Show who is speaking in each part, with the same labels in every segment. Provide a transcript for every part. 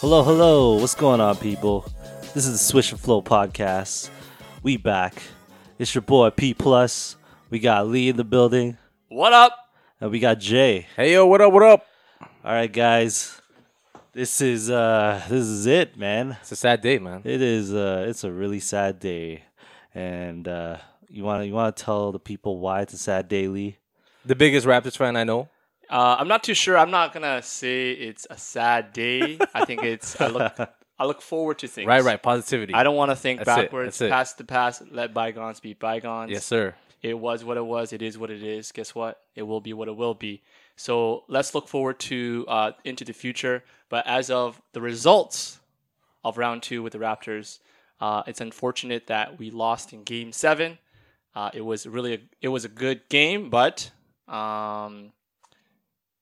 Speaker 1: Hello, hello. What's going on, people? This is the Swish and Flow podcast. We back. It's your boy P Plus. We got Lee in the building,
Speaker 2: What up?
Speaker 1: and we got Jay.
Speaker 2: Hey yo, what up? What up?
Speaker 1: All right, guys. This is uh this is it, man.
Speaker 2: It's a sad day, man.
Speaker 1: It is uh it's a really sad day. And uh you wanna you wanna tell the people why it's a sad day, Lee?
Speaker 2: The biggest Raptors fan I know.
Speaker 3: Uh, I'm not too sure. I'm not gonna say it's a sad day. I think it's. I look. I look forward to things.
Speaker 2: Right, right. Positivity.
Speaker 3: I don't want to think
Speaker 2: That's it,
Speaker 3: backwards.
Speaker 2: that's it.
Speaker 3: Past the past. Let bygones be bygones.
Speaker 2: Yes, sir.
Speaker 3: It was what it was. It is what it is. Guess what? It will be what it will be. So let's look forward to uh, into the future. But as of the results of round two with the Raptors, uh, it's unfortunate that we lost in Game Seven. Uh, it was really a, it was a good game, but um,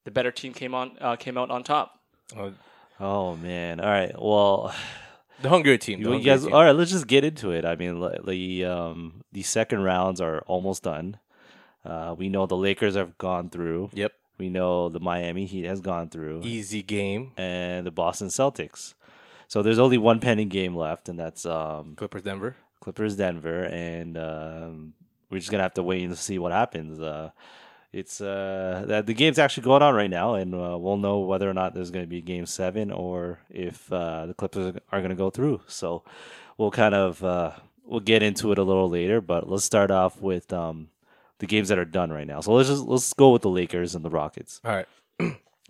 Speaker 3: the better team came on uh, came out on top.
Speaker 2: Oh,
Speaker 1: Oh man. All right. Well,
Speaker 2: the hungrier team. The
Speaker 1: You, you
Speaker 2: hungrier
Speaker 1: guys,
Speaker 2: team.
Speaker 1: all right, let's just get into it. I mean, li- the um, the second rounds are almost done. Uh, we know the Lakers have gone through.
Speaker 2: Yep.
Speaker 1: We know the Miami Heat has gone through,
Speaker 2: Easy game.
Speaker 1: and the Boston Celtics. So there's only one pending game left, and that's um,
Speaker 2: Clippers, Denver.
Speaker 1: Clippers Denver, and um, we're just gonna have to wait and see what happens. Uh, it's uh, that the game's actually going on right now, and uh, we'll know whether or not there's gonna be a game seven or if uh, the Clippers are gonna go through. So we'll kind of uh, we'll get into it a little later, but let's start off with um, the games that are done right now. So let's just let's go with the Lakers and the Rockets.
Speaker 2: All right.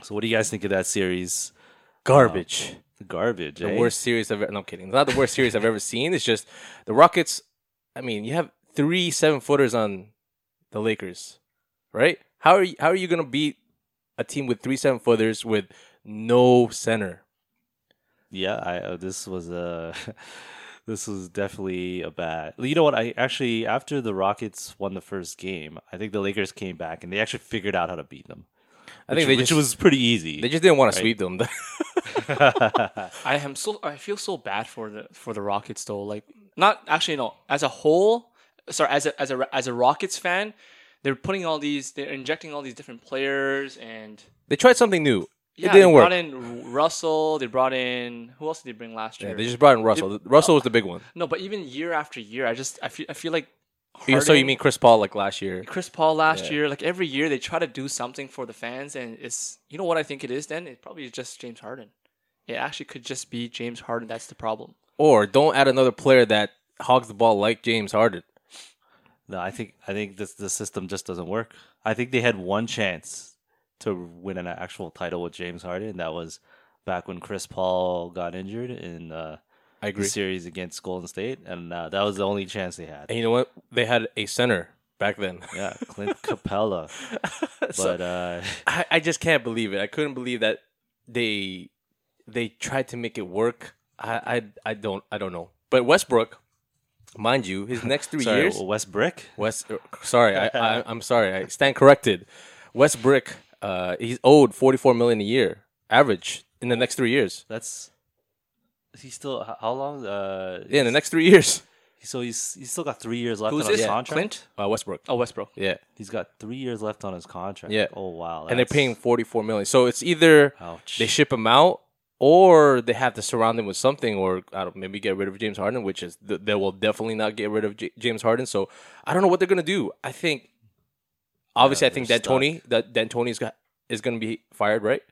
Speaker 1: So what do you guys think of that series?
Speaker 2: Garbage.
Speaker 1: Garbage.
Speaker 2: the
Speaker 1: eh?
Speaker 2: worst series I've. e-, No, I'm kidding. It's not the worst series I've ever seen. It's just the Rockets. I mean, you have three seven footers on the Lakers, right? How are you, how are you gonna beat a team with three seven footers with no center?
Speaker 1: Yeah, I uh, this was a this was definitely a bad. You know what? I actually after the Rockets won the first game, I think the Lakers came back and they actually figured out how to beat them.
Speaker 2: I
Speaker 1: Which,
Speaker 2: think they
Speaker 1: which
Speaker 2: just
Speaker 1: was pretty easy.
Speaker 2: they just didn't want
Speaker 1: Right.
Speaker 2: to sweep them.
Speaker 3: I am so I feel so bad for the for the Rockets though. Like not actually no, as a whole, sorry, as a as a as a Rockets fan, they're putting all these they're injecting all these different players and
Speaker 2: They tried something new.
Speaker 3: yeah,
Speaker 2: it didn't
Speaker 3: they
Speaker 2: work.
Speaker 3: brought in Russell, they brouell in who else did they bring last year?
Speaker 2: Yeah, they just brought in Russell. Russell was the big one.
Speaker 3: no, but even year after year, I just I feel I feel like
Speaker 2: You- So you
Speaker 3: Harden-
Speaker 2: mean Chris Paul like last year?
Speaker 3: Chris Paul last
Speaker 2: Yeah.
Speaker 3: year, like every year they try to do something for the fans, and it's you know what I think it is. Then it probably is just James Harden. It actually could just be James Harden. That's the problem.
Speaker 2: Or don't add another player that hogs the ball like James Harden.
Speaker 1: no, I think I think this the system just doesn't work. I think they had one chance to win an actual title with James Harden. and That was back when Chris Paul got injured in uh,
Speaker 2: I
Speaker 1: the
Speaker 2: agree.
Speaker 1: series against Golden State, and uh, that was the only chance they had.
Speaker 2: And you know what? They had a center back then.
Speaker 1: Yeah, Clint Capella,
Speaker 2: So
Speaker 1: but. Uh,
Speaker 2: I, I just can't believe it. I couldn't believe that they they tried to make it work. I I, I don't I don't know. But Westbrook, mind you, his next three
Speaker 1: Sorry,
Speaker 2: years.
Speaker 1: West Brick.
Speaker 2: West, er, sorry, I, I, I'm sorry. I stand corrected. West Brick, uh, he's owed 44 million a year average in the next three years.
Speaker 1: That's he's still h- how long? Uh,
Speaker 2: Yeah, in the next three years,
Speaker 1: so he's he's still got three years left
Speaker 3: Who's
Speaker 1: on his
Speaker 3: this?
Speaker 1: contract.
Speaker 3: Clint?
Speaker 2: uh, Westbrook.
Speaker 3: Oh, Westbrook.
Speaker 2: Yeah,
Speaker 1: He's got three years left on his contract.
Speaker 2: Yeah.
Speaker 1: Oh wow.
Speaker 2: and they're
Speaker 1: that's-
Speaker 2: paying 44 million. So it's either
Speaker 1: Ouch.
Speaker 2: they ship him out or they have to surround him with something, or I don't maybe get rid of James Harden, which is th- they will definitely not get rid of J- James Harden. So I don't know what they're gonna do. I think obviously I
Speaker 1: they're
Speaker 2: think that Tony that Dan Tony is go- is gonna be fired, right?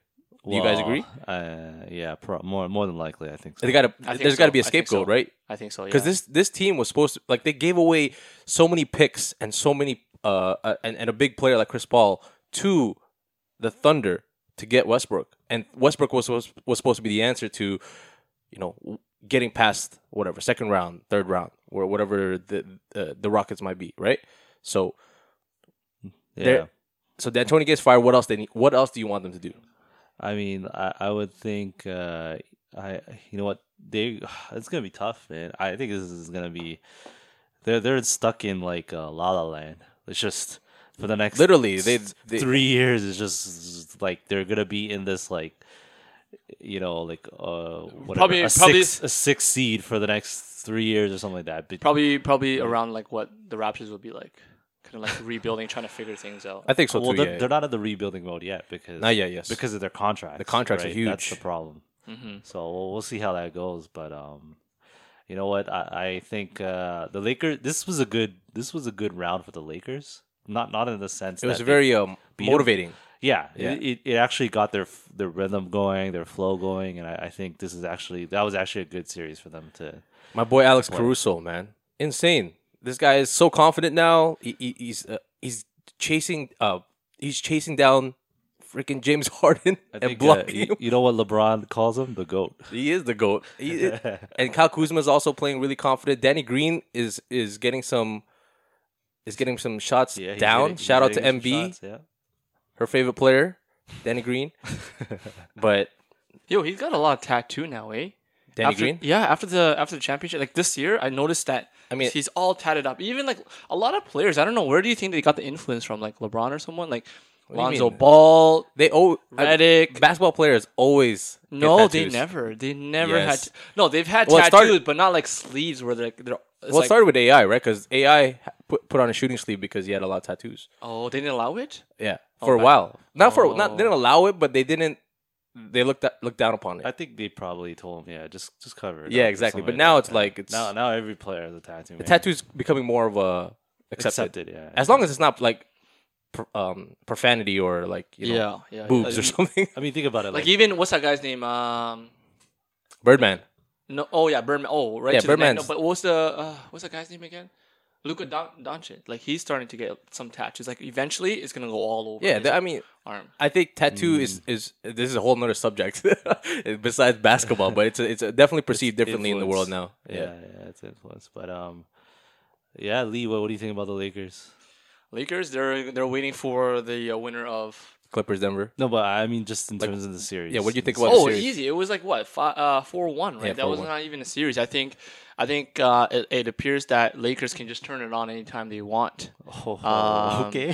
Speaker 2: Do you guys
Speaker 1: Well,
Speaker 2: agree?
Speaker 1: Uh, yeah, pro- more more than likely, I think. So.
Speaker 2: They got
Speaker 3: I
Speaker 2: to.
Speaker 3: think
Speaker 2: There's got to
Speaker 3: so.
Speaker 2: be
Speaker 3: I
Speaker 2: a
Speaker 3: think
Speaker 2: scapegoat,
Speaker 3: so.
Speaker 2: right?
Speaker 3: I think so. Yeah.
Speaker 2: because this this team was supposed to like they gave away so many picks and so many uh uh, and, and a big player like Chris Paul to the Thunder to get Westbrook, and Westbrook was was, was supposed to be the answer to you know w- getting past whatever second round, third round, or whatever the uh, the Rockets might be, right? So
Speaker 1: yeah.
Speaker 2: they're- so D'Antoni gets fired. What else they need? What else do you want them to do?
Speaker 1: I mean, I, I would think uh, I you know what they it's gonna be tough, man. I think this is gonna be they're they're stuck in like uh, La La Land. It's just for the next
Speaker 2: Literally, they-
Speaker 1: th-
Speaker 2: they-
Speaker 1: three years is just like they're gonna be in this like you know like uh whatever,
Speaker 3: Probably-
Speaker 1: a
Speaker 3: probably-
Speaker 1: six a six seed for the next three years or something like that. But
Speaker 3: probably probably around like what the Raptors would be like, kind of like rebuilding, trying to figure things out.
Speaker 2: I think so
Speaker 1: well,
Speaker 2: too.
Speaker 1: they're,
Speaker 2: yeah.
Speaker 1: they're not in the rebuilding mode yet because
Speaker 2: E Not yet, yes.
Speaker 1: because of their contracts.
Speaker 2: The contracts are
Speaker 1: right? That's the
Speaker 2: huge.
Speaker 1: problem.
Speaker 2: Mm-hmm.
Speaker 3: hmm
Speaker 1: So we'll, we'll see how that goes. But um, you know what? I, I think uh, the Lakers. This was a good. This was a good round for the Lakers. Not not in the sense
Speaker 2: It was
Speaker 1: that they-
Speaker 2: very um,
Speaker 1: beat 'em.
Speaker 2: motivating.
Speaker 1: yeah,
Speaker 2: Yeah.
Speaker 1: It, it, it actually got their f- their rhythm going, their flow going, and I, I think this is actually that was actually a good series for them to.
Speaker 2: My boy Alex Caruso, man, insane. This guy is so confident now. He, he, he's uh, he's chasing uh he's chasing down freaking James Harden
Speaker 1: I
Speaker 2: and
Speaker 1: think, uh,
Speaker 2: blocking
Speaker 1: you,
Speaker 2: him.
Speaker 1: you know what LeBron calls him? The goat.
Speaker 2: He is the goat. He is- and Kyle Kuzma is also playing really confident. Danny Green is is getting some is getting some shots
Speaker 1: Yeah, he's
Speaker 2: down.
Speaker 1: hitting- he's
Speaker 2: Shout out to
Speaker 1: hitting some
Speaker 2: MB,
Speaker 1: shots, yeah.
Speaker 2: her favorite player, Danny Green. but
Speaker 3: Yo, he's got a lot of tattoo now, eh?
Speaker 2: Danny
Speaker 3: after,
Speaker 2: Green,
Speaker 3: Yeah, after the after the championship, like this year, I noticed that. I
Speaker 2: mean-
Speaker 3: mean, he's all tatted up. Even like a lot of players, I don't know where do you think they got the influence from, like LeBron or someone, like
Speaker 2: do you
Speaker 3: Lonzo
Speaker 2: mean?
Speaker 3: Ball,
Speaker 2: they oh
Speaker 3: Redick.
Speaker 2: basketball players always get
Speaker 3: No, they
Speaker 2: tattoos.
Speaker 3: never. They never
Speaker 2: Yes.
Speaker 3: had. No, they've had
Speaker 2: Well, it
Speaker 3: tattoos,
Speaker 2: started-
Speaker 3: but not like sleeves where they're. Like, they're it's
Speaker 2: Well, it
Speaker 3: like,
Speaker 2: started with AI, right? Because AI ha- put put on a shooting sleeve because he had a lot of tattoos.
Speaker 3: oh, they didn't allow it.
Speaker 2: Yeah,
Speaker 1: Oh,
Speaker 2: for a while. Not for not
Speaker 3: Oh.
Speaker 2: they didn't allow it, but they didn't. They looked at, looked down upon it.
Speaker 1: I think they probably told him, yeah, just just cover it.
Speaker 2: Yeah,
Speaker 1: up or
Speaker 2: exactly.
Speaker 1: something
Speaker 2: But now
Speaker 1: that,
Speaker 2: it's
Speaker 1: yeah.
Speaker 2: like it's-
Speaker 1: now now every player has a tattoo.
Speaker 2: the tattoo's becoming more of a accepted.
Speaker 1: accepted. Yeah,
Speaker 2: As long as it's not like pr- um, profanity or like you know,
Speaker 3: yeah, yeah.
Speaker 2: boobs or
Speaker 1: Uh,
Speaker 2: something.
Speaker 1: I mean, think about it.
Speaker 3: Like
Speaker 1: Like,
Speaker 3: even what's that guy's name? Um,
Speaker 2: Birdman.
Speaker 3: no, oh yeah, Birdman. Oh, right.
Speaker 2: Yeah,
Speaker 3: to the neck. No,
Speaker 2: Birdman's-
Speaker 3: but what's the uh, what's that guy's name again? Luka Don- Doncic. Like he's starting to get some tattoos. Like eventually, it's gonna go all over.
Speaker 2: Yeah,
Speaker 3: his
Speaker 2: th- I mean,
Speaker 3: arm.
Speaker 2: I think tattoo is
Speaker 1: Hmm.
Speaker 2: is this is a whole nother subject besides basketball, but it's a, it's a definitely perceived differently in the world now.
Speaker 1: influence. yeah, yeah, it's influence. But um, yeah, Lee, what, what do you think about the Lakers?
Speaker 3: Lakers. They're they're waiting for the uh, winner of.
Speaker 2: Clippers, Denver.
Speaker 1: No, but I mean, just in terms of the series.
Speaker 2: yeah, what do you think
Speaker 1: It's-
Speaker 2: about-
Speaker 3: oh,
Speaker 2: series.
Speaker 3: easy. It was like what four uh, one, right?
Speaker 2: Yeah,
Speaker 3: that was
Speaker 2: 4-1.
Speaker 3: not even a series. I think, I think uh, it, it appears that Lakers can just turn it on anytime they want.
Speaker 1: Oh,
Speaker 3: Um,
Speaker 1: okay.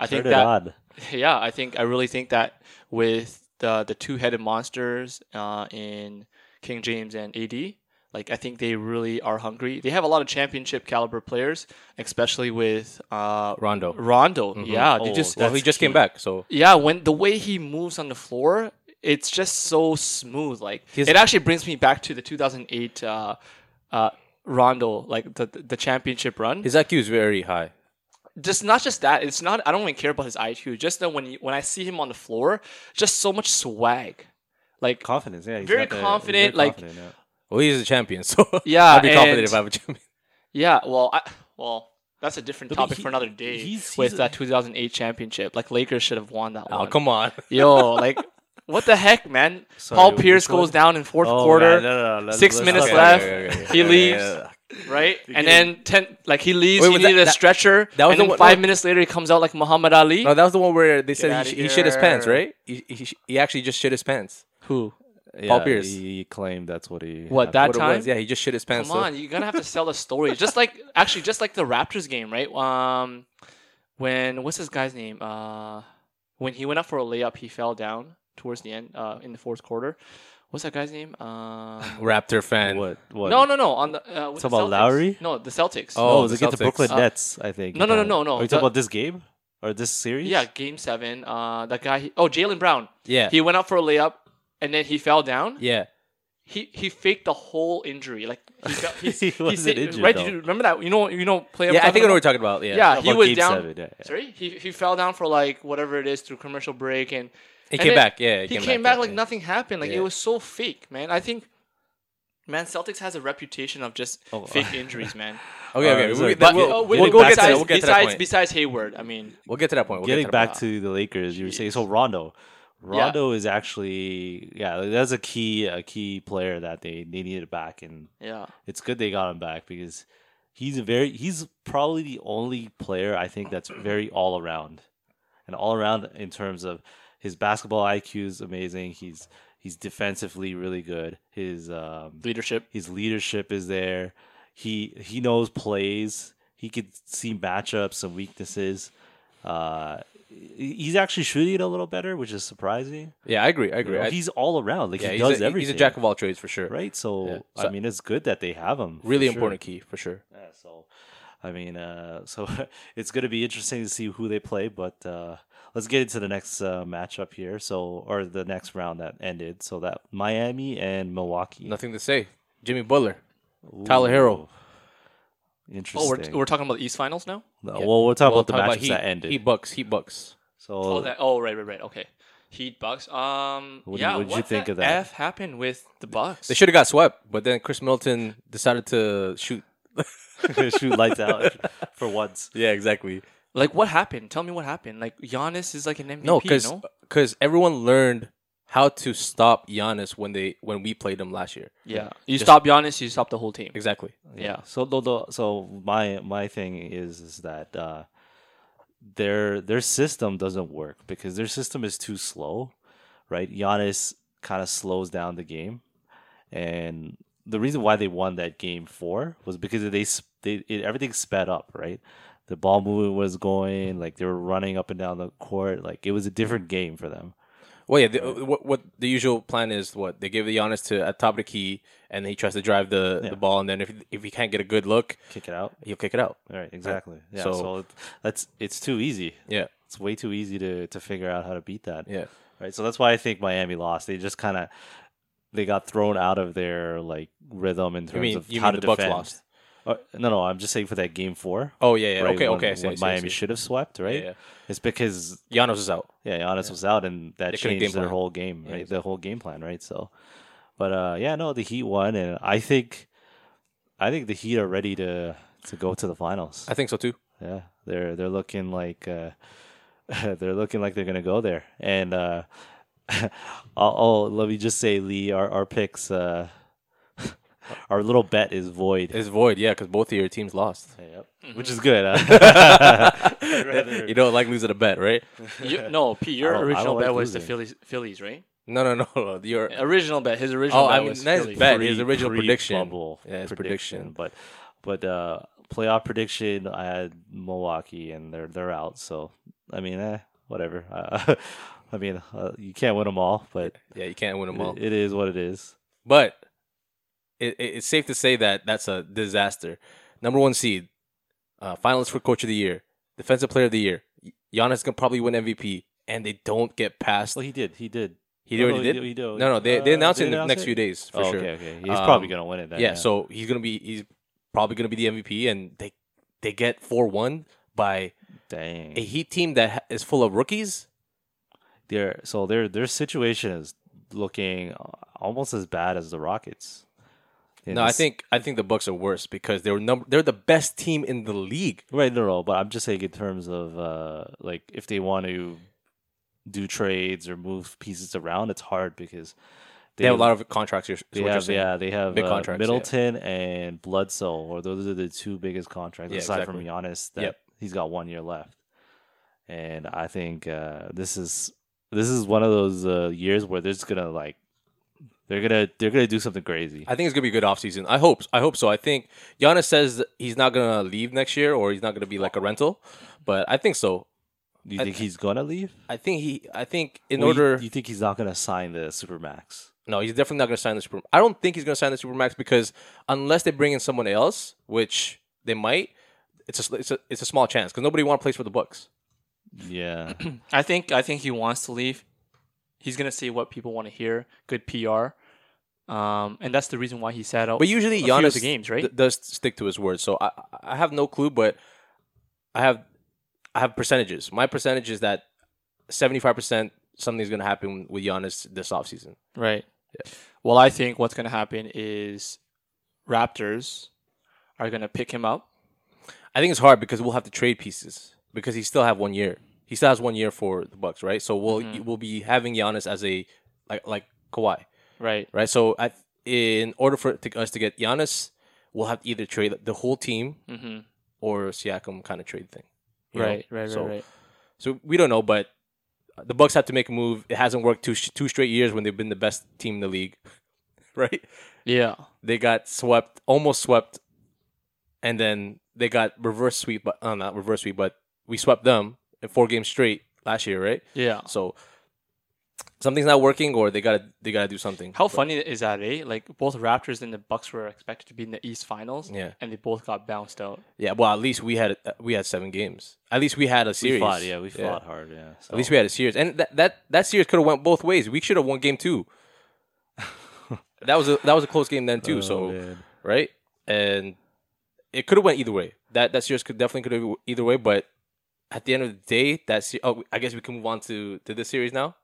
Speaker 3: I think
Speaker 1: Turn it
Speaker 3: that
Speaker 1: on.
Speaker 3: yeah, I think I really think that with the the two headed monsters uh, in King James and AD, like I think they really are hungry. They have a lot of championship caliber players, especially with uh,
Speaker 2: Rondo.
Speaker 3: Rondo. Yeah, they
Speaker 1: Oh,
Speaker 3: just
Speaker 2: Mm-hmm. Well, he
Speaker 1: That's
Speaker 2: just came
Speaker 1: key.
Speaker 2: back, so
Speaker 3: yeah when the way he moves on the floor it's just so smooth like
Speaker 2: He's-
Speaker 3: it actually brings me back to the 2008 uh, uh, rondo like the the championship run
Speaker 2: his IQ is very high.
Speaker 3: just not just that it's not i don't even care about his iq just that when you, when i see him on the floor just so much swag like
Speaker 1: confidence. Yeah, he's
Speaker 3: Very
Speaker 1: got the- he's
Speaker 3: confident, like-
Speaker 1: confident, yeah.
Speaker 2: Well, he's a champion, so
Speaker 3: Yeah,
Speaker 2: I'd be confident
Speaker 3: and-
Speaker 2: if I have a champion.
Speaker 3: yeah well i well that's a different
Speaker 1: But
Speaker 3: topic
Speaker 1: he-
Speaker 3: for another day
Speaker 1: he's-
Speaker 3: with
Speaker 1: he's-
Speaker 3: that 2008 championship like lakers should have won that one
Speaker 2: Oh, come on.
Speaker 3: yo like what the heck man
Speaker 1: Sorry,
Speaker 3: paul
Speaker 1: which
Speaker 3: pierce
Speaker 1: one?
Speaker 3: goes down in fourth
Speaker 1: Oh,
Speaker 3: quarter
Speaker 1: man, no, no, no, let's-
Speaker 3: six
Speaker 1: let's
Speaker 3: minutes
Speaker 1: not-
Speaker 3: left.
Speaker 2: okay, okay, okay.
Speaker 3: He
Speaker 2: Yeah,
Speaker 3: leaves,
Speaker 2: yeah,
Speaker 3: right? And then ten, like he leaves.
Speaker 2: Wait,
Speaker 3: he
Speaker 2: was that-
Speaker 3: needed a
Speaker 2: that-
Speaker 3: stretcher.
Speaker 2: that was
Speaker 3: and
Speaker 2: the
Speaker 3: then
Speaker 2: one-
Speaker 3: five
Speaker 2: no.
Speaker 3: minutes later, he comes out like Muhammad Ali.
Speaker 2: No, that was the one where they
Speaker 3: Get
Speaker 2: said
Speaker 3: outta
Speaker 2: he, sh- he shit his pants,
Speaker 3: here.
Speaker 2: right? He, he, sh- he actually just shit his pants.
Speaker 3: Who?
Speaker 2: Paul
Speaker 1: Yeah,
Speaker 2: Pierce.
Speaker 1: He claimed that's what he.
Speaker 3: What,
Speaker 1: had-
Speaker 3: that
Speaker 2: What it
Speaker 3: time?
Speaker 2: was. Yeah, he just shit his pants.
Speaker 3: Come on, you're gonna have to sell the story. just like actually, just like the Raptors game, right? Um, when what's this guy's name? Uh, when he went up for a layup, he fell down towards the end uh, in the fourth quarter. What's that guy's name? Um,
Speaker 2: So. Raptor fan.
Speaker 1: What? What?
Speaker 3: no, no, no. On the uh, with
Speaker 1: Talking
Speaker 3: the
Speaker 1: about
Speaker 3: Celtics.
Speaker 1: Lowry?
Speaker 3: No, the Celtics.
Speaker 2: Oh.
Speaker 1: Oh, it was
Speaker 2: the
Speaker 1: against the
Speaker 2: Celtics.
Speaker 1: Brooklyn
Speaker 3: Uh,
Speaker 1: Nets, I think.
Speaker 3: no, no, no,
Speaker 1: Uh,
Speaker 3: no, no,
Speaker 1: Are you
Speaker 3: the-
Speaker 1: talking about this game or this series?
Speaker 3: Yeah, game seven. Uh, that guy. oh, Jalen Brown.
Speaker 2: Yeah.
Speaker 3: He went up for a layup, and then he fell down.
Speaker 2: yeah.
Speaker 3: he he faked the whole injury. Like he, got, he,
Speaker 1: He
Speaker 3: he
Speaker 1: wasn't
Speaker 3: said,
Speaker 1: injured,
Speaker 3: right?
Speaker 1: though.
Speaker 3: You remember that? You know, you know, play. I'm
Speaker 2: Yeah, I
Speaker 3: talking
Speaker 2: think I know what we're
Speaker 3: about?
Speaker 2: talking about. Yeah.
Speaker 3: Yeah,
Speaker 1: Talking
Speaker 3: he
Speaker 1: about
Speaker 3: was
Speaker 1: game
Speaker 3: down.
Speaker 1: seven, yeah, yeah.
Speaker 3: Sorry, he he fell down for like whatever it is through commercial break, and
Speaker 2: He
Speaker 3: and then
Speaker 2: came back. Yeah.
Speaker 3: He came, back, like
Speaker 2: yeah.
Speaker 3: nothing happened. Like
Speaker 2: Yeah.
Speaker 3: it was so fake, man. I think. Man, Celtics has a reputation of just
Speaker 1: Oh.
Speaker 3: fake injuries, man.
Speaker 2: Okay, okay.
Speaker 1: Alright,
Speaker 2: we'll,
Speaker 1: sorry.
Speaker 2: get- that-
Speaker 3: But
Speaker 2: we'll,
Speaker 3: uh,
Speaker 2: we'll,
Speaker 3: wait,
Speaker 2: we'll get to that.
Speaker 3: besides,
Speaker 2: We'll get to that
Speaker 3: besides,
Speaker 2: point.
Speaker 3: besides Hayward, I mean,
Speaker 2: We'll get to that point. We'll
Speaker 1: Getting
Speaker 2: get to that
Speaker 1: back
Speaker 2: point.
Speaker 1: to the Lakers, you were saying so Rondo. Rondo is actually yeah, like, that's a key a key player that they they needed back, and
Speaker 3: yeah,
Speaker 1: it's good they got him back because he's a very he's probably the only player I think that's very all around, and all around in terms of his basketball IQ is amazing. He's he's defensively really good. His um,
Speaker 3: leadership.
Speaker 1: his leadership is there. He he knows plays. He could see matchups and weaknesses. Uh, he- he's actually shooting it a little better, which is surprising.
Speaker 2: Yeah, I agree. I
Speaker 1: You
Speaker 2: agree.
Speaker 1: know,
Speaker 2: I-
Speaker 1: he's all around. Like
Speaker 2: yeah,
Speaker 1: he
Speaker 2: he's,
Speaker 1: does
Speaker 2: a,
Speaker 1: everything.
Speaker 2: he's a jack of all trades for sure.
Speaker 1: right? So,
Speaker 2: Yeah. So-
Speaker 1: I mean, it's good that they have him. for
Speaker 2: Really
Speaker 1: sure.
Speaker 2: important key for sure.
Speaker 1: Yeah, so I mean, uh, so it's going to be interesting to see who they play. But uh, let's get into the next uh, matchup here. So, or the next round that ended. So that Miami and Milwaukee.
Speaker 2: Nothing to say. Jimmy Butler,
Speaker 1: Ooh,
Speaker 2: Tyler Hero.
Speaker 1: Interesting.
Speaker 3: Oh, we're, we're talking about the East Finals now.
Speaker 1: No, Well, we'll talk
Speaker 2: We'll
Speaker 1: about the
Speaker 2: talk
Speaker 1: matchups
Speaker 2: Heat-
Speaker 1: that ended.
Speaker 2: Heat Bucks. Heat Bucks.
Speaker 1: so
Speaker 3: Oh, that. Oh, right, right, right. Okay. Heat Bucks. Um.
Speaker 1: What do you-
Speaker 3: yeah.
Speaker 1: what did you
Speaker 3: what
Speaker 1: think
Speaker 3: the
Speaker 1: of that?
Speaker 3: F happened with the Bucks?
Speaker 2: They should have got swept, but then Chris Middleton decided to shoot.
Speaker 1: shoot lights out for once.
Speaker 2: Yeah, exactly.
Speaker 3: Like what happened? Tell me what happened. Like Giannis is like an MVP.
Speaker 2: No, uh, because
Speaker 3: no?
Speaker 2: everyone learned how to stop Giannis when they when we played them last year.
Speaker 3: Yeah. You stop Giannis, you stop the whole team.
Speaker 2: Exactly.
Speaker 3: Yeah.
Speaker 1: So the, the- so my my thing is is that uh, their their system doesn't work because their system is too slow, right? Giannis kind of slows down the game, and the reason why they won that game four was because they s- they it, everything sped up, right? The ball movement was going like they were running up and down the court, like it was a different game for them.
Speaker 2: Well, yeah. The, uh, what what the usual plan is? What they give the Giannis to at top of the key, and he tries to drive the, the ball, and then if if he can't get a good look,
Speaker 1: Kick it out,
Speaker 2: he'll kick it out.
Speaker 1: right? Exactly. Yeah. So,
Speaker 2: So-
Speaker 1: so it- that's it's too easy.
Speaker 2: Yeah,
Speaker 1: It's way too easy to to figure out how to beat that.
Speaker 2: yeah.
Speaker 1: right? So that's why I think Miami lost. They just kind of they got thrown out of their like rhythm in terms
Speaker 2: You mean
Speaker 1: of
Speaker 2: you
Speaker 1: how
Speaker 2: mean the
Speaker 1: to
Speaker 2: Bucks
Speaker 1: defend.
Speaker 2: lost?
Speaker 1: Uh, no, no, I'm just saying for that game four.
Speaker 2: Oh yeah, yeah.
Speaker 1: right,
Speaker 2: okay,
Speaker 1: when-
Speaker 2: okay. I see, I
Speaker 1: when
Speaker 2: see, I
Speaker 1: Miami
Speaker 2: see.
Speaker 1: should have swept, right?
Speaker 2: Yeah,
Speaker 1: It's because
Speaker 2: yeah. Giannis is out.
Speaker 1: yeah, Giannis was out, and that
Speaker 2: They
Speaker 1: changed
Speaker 2: couldn't game
Speaker 1: their
Speaker 2: plan.
Speaker 1: whole game, right? The whole game plan, right? So, but uh, yeah, no, the Heat won, and I think, I think the Heat are ready to to go to the finals.
Speaker 2: I think so too.
Speaker 1: Yeah, they're they're looking like uh, they're looking like they're gonna go there. And uh, I'll, I'll- let me just say, Lee, our our picks, uh, our little bet is void.
Speaker 2: It's void. Yeah, because both of your teams lost.
Speaker 1: Yep. Which is good. Huh?
Speaker 2: you don't like losing a bet, right?
Speaker 3: You, no, P,
Speaker 1: I
Speaker 3: your
Speaker 1: don't- I
Speaker 3: original
Speaker 1: don't
Speaker 3: bet
Speaker 1: like
Speaker 3: was the
Speaker 1: losing.
Speaker 3: Phillies, Phillies, right?
Speaker 2: No, no, no. Your
Speaker 3: Original bet. His original
Speaker 2: oh,
Speaker 3: bet
Speaker 2: I mean,
Speaker 3: was
Speaker 2: that's
Speaker 3: Phillies.
Speaker 2: bet. His original
Speaker 1: Pre-
Speaker 2: prediction.
Speaker 1: bubble
Speaker 2: Yeah, his prediction.
Speaker 1: but but uh, playoff prediction, I had Milwaukee, and they're they're out. So I mean, eh, whatever. Uh, I mean, uh, you can't win them all, but
Speaker 2: Yeah, you can't win them all.
Speaker 1: it, it is what it is.
Speaker 2: But it, it, it's safe to say that that's a disaster. Number one seed, uh, finalist for coach of the year, defensive player of the year. Giannis can probably win MVP, and they don't get past.
Speaker 1: Well, he did. He did.
Speaker 2: He
Speaker 1: No,
Speaker 2: already
Speaker 1: no,
Speaker 2: did.
Speaker 1: he did-
Speaker 2: No, no, they they
Speaker 1: uh,
Speaker 2: announced
Speaker 1: they
Speaker 2: it in the
Speaker 1: announced
Speaker 2: next
Speaker 1: it?
Speaker 2: few days for
Speaker 1: Oh,
Speaker 2: sure.
Speaker 1: Okay, okay. He's
Speaker 2: Um,
Speaker 1: probably gonna win it then.
Speaker 2: yeah, so he's gonna be he's probably gonna be the MVP, and they they get four one by
Speaker 1: dang.
Speaker 2: a Heat team that ha- is full of rookies.
Speaker 1: Their so their their situation is looking almost as bad as the Rockets. In
Speaker 2: No, I
Speaker 1: this-
Speaker 2: think I think the Bucks are worse because they're number they're the best team in the league.
Speaker 1: right, no, no. But I'm just saying in terms of uh, like if they want to do trades or move pieces around, it's hard because
Speaker 2: They have a lot of contracts. Is
Speaker 1: They
Speaker 2: what you're
Speaker 1: have,
Speaker 2: saying.
Speaker 1: yeah, they have
Speaker 2: Big
Speaker 1: uh,
Speaker 2: contracts, yeah.
Speaker 1: Middleton and Bledsoe, or those are the two biggest contracts
Speaker 2: Yeah,
Speaker 1: aside
Speaker 2: exactly.
Speaker 1: from Giannis. That
Speaker 2: Yep.
Speaker 1: he's got one year left, and I think uh, this is this is one of those uh, years where they're just gonna like they're gonna they're gonna do something crazy.
Speaker 2: I think it's gonna be a good offseason. I hope. I hope so. I think Giannis says that he's not gonna leave next year, or he's not gonna be like a rental. But I think so.
Speaker 1: Do you
Speaker 2: I
Speaker 1: think he's gonna leave?
Speaker 2: I think he. I think in
Speaker 1: Or you-
Speaker 2: order.
Speaker 1: you, think he's not gonna sign the supermax?
Speaker 2: no, he's definitely not gonna sign the super. I don't think he's gonna sign the supermax because unless they bring in someone else, which they might, it's a sl- it's a, it's a small chance because nobody want to play for the Bucks.
Speaker 1: Yeah,
Speaker 3: I think I think he wants to leave. He's gonna say what people want to hear. Good PR. Um, and that's the reason why he sat out.
Speaker 2: But usually
Speaker 3: a few of
Speaker 2: Giannis
Speaker 3: the games, right?
Speaker 2: th- does stick to his word. So I I have no clue, but I have I have percentages. My percentage is that seventy five percent something's gonna happen with Giannis this offseason.
Speaker 3: Right. Well, I think what's going to happen is Raptors are going to pick him up.
Speaker 2: I think it's hard because we'll have to trade pieces because he still have one year. He still has one year for the Bucks, right? So we'll
Speaker 3: Mm-hmm.
Speaker 2: we'll be having Giannis as a like like Kawhi,
Speaker 3: Right.
Speaker 2: right? So I, in order for to, us to get Giannis, we'll have to either trade the whole team
Speaker 3: Mm-hmm.
Speaker 2: or Siakam kind of trade thing, you know?
Speaker 3: Right, right. Right.
Speaker 2: So-
Speaker 3: right.
Speaker 2: So we don't know, but the Bucks have to make a move. It hasn't worked two two straight years when they've been the best team in the league, right?
Speaker 3: Yeah.
Speaker 2: They got swept, almost swept, and then they got reverse sweep, but uh, not reverse sweep, but we swept them in four games straight last year, right?
Speaker 3: Yeah.
Speaker 2: So something's not working or they gotta they gotta do something.
Speaker 3: How funny is that, eh? Like both Raptors and the Bucks were expected to be in the East Finals,
Speaker 2: Yeah.
Speaker 3: and they both got bounced out.
Speaker 2: Yeah, well, at least we had uh, we had seven games. At least we had a series.
Speaker 1: We fought, yeah, we fought hard, yeah. So,
Speaker 2: At least we had a series, and that that that series could have went both ways. We should have won game two. that was a that was a close game then too. so
Speaker 1: Oh, man.
Speaker 2: right, and it could have went either way. That that series could definitely could have either way, but at the end of the day, that se- oh, I guess we can move on to to this series now.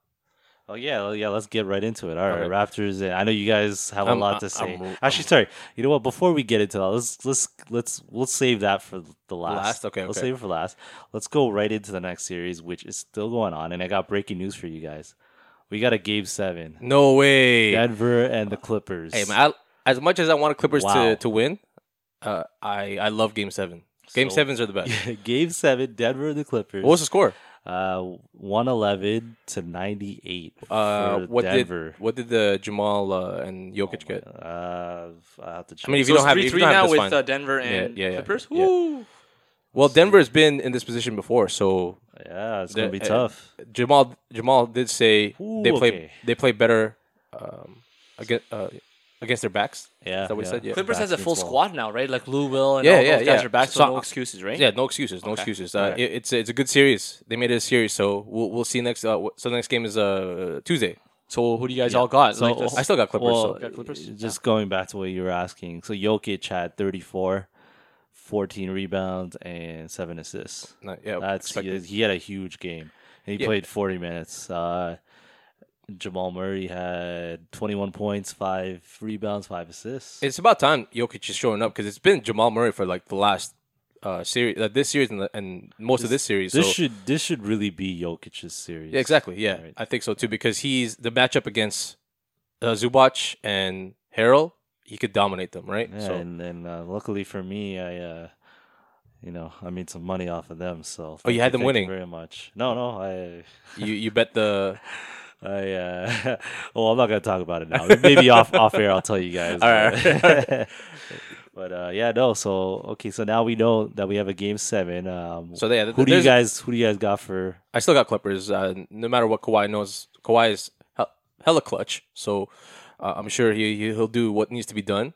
Speaker 1: Oh yeah, well, yeah. Let's get right into it. All right,
Speaker 2: Okay.
Speaker 1: Raptors. uh, I know you guys have a
Speaker 2: I'm-
Speaker 1: lot
Speaker 2: I-
Speaker 1: to say.
Speaker 2: I'm-
Speaker 1: Actually, sorry. You know what? Before we get into that, let's let's let's we'll save that for the last.
Speaker 2: Last? Okay,
Speaker 1: Let's
Speaker 2: okay.
Speaker 1: save it for last. Let's go right into the next series, which is still going on. And I got breaking news for you guys. We got a game seven.
Speaker 2: No way.
Speaker 1: Denver and the Clippers.
Speaker 2: Hey man, I, as much as I want Clippers
Speaker 1: Wow.
Speaker 2: to to win, uh, I I love Game Seven. Game
Speaker 1: So-
Speaker 2: Sevens are the best.
Speaker 1: game seven. Denver and the Clippers.
Speaker 2: What was the score?
Speaker 1: Uh, one eleven to ninety eight
Speaker 2: Uh,
Speaker 1: for
Speaker 2: what
Speaker 1: Denver. Oh,
Speaker 2: did what did the Jamal uh, and Jokic get?
Speaker 1: Uh, I have to check.
Speaker 2: I mean, if
Speaker 3: So
Speaker 2: you don't have
Speaker 3: three
Speaker 2: if you
Speaker 3: three
Speaker 2: don't have
Speaker 3: now
Speaker 2: this
Speaker 3: with
Speaker 2: fine.
Speaker 3: uh, Denver and
Speaker 2: yeah, yeah.
Speaker 3: Clippers.
Speaker 2: Yeah.
Speaker 3: Woo!
Speaker 2: Well, Denver's been in this position before, so
Speaker 1: yeah, it's gonna
Speaker 2: the-
Speaker 1: be
Speaker 2: uh,
Speaker 1: tough.
Speaker 2: Jamal Jamal did say
Speaker 1: Ooh,
Speaker 2: they play
Speaker 1: okay.
Speaker 2: they play better um, against uh, against their backs.
Speaker 1: Yeah,
Speaker 2: Is that what he said? Yeah.
Speaker 3: Clippers has a
Speaker 1: Baskets
Speaker 3: full
Speaker 1: ball.
Speaker 3: squad now, right? Like Lou Will and
Speaker 2: Yeah,
Speaker 3: all
Speaker 2: yeah,
Speaker 3: those guys
Speaker 2: yeah.
Speaker 3: are back, so,
Speaker 2: So-
Speaker 3: no excuses, right?
Speaker 2: Yeah, no excuses, no excuses. Uh, it, it's it's a good series. They made it a series, so we'll we'll see next. Uh, wh- so next game is uh Tuesday.
Speaker 3: So who do you guys all got?
Speaker 1: So,
Speaker 3: like, that's-
Speaker 2: I still got Clippers.
Speaker 1: Well,
Speaker 2: so.
Speaker 3: got Clippers?
Speaker 1: just going back to what you were asking. So Jokic had 34, 14 rebounds, and seven assists.
Speaker 2: No, yeah,
Speaker 1: That's
Speaker 2: expected.
Speaker 1: he, he had a huge game. And he
Speaker 2: Yeah.
Speaker 1: played 40 minutes. Uh, Jamal Murray had 21 points, five rebounds, five assists.
Speaker 2: It's about time Jokic is showing up because it's been Jamal Murray for like the last uh series, uh, this series, and, the, and most of this series.
Speaker 1: this
Speaker 2: so.
Speaker 1: should this should really be Jokic's series.
Speaker 2: Yeah, exactly. Yeah,
Speaker 1: Right.
Speaker 2: I think so too because he's the matchup against uh, Zubac and Harrell. He could dominate them, right?
Speaker 1: Yeah,
Speaker 2: so,
Speaker 1: and and uh, luckily for me, I uh, you know I made some money off of them. So
Speaker 2: Oh, you
Speaker 1: thank
Speaker 2: had them
Speaker 1: thank
Speaker 2: winning.
Speaker 1: very much. No, no, I
Speaker 2: you you bet the
Speaker 1: I uh, well, I'm not gonna talk about it now. Maybe off off air, I'll tell you guys.
Speaker 2: All right,
Speaker 1: but, but, uh, yeah, no. So okay, so now we know that we have a game seven. Um,
Speaker 2: so yeah. th-
Speaker 1: who do you
Speaker 2: there's-
Speaker 1: guys who do you guys got for?
Speaker 2: I still got Clippers. Uh, no matter what Kawhi knows, Kawhi is hel- hella clutch. So uh, I'm sure he he- he'll do what needs to be done,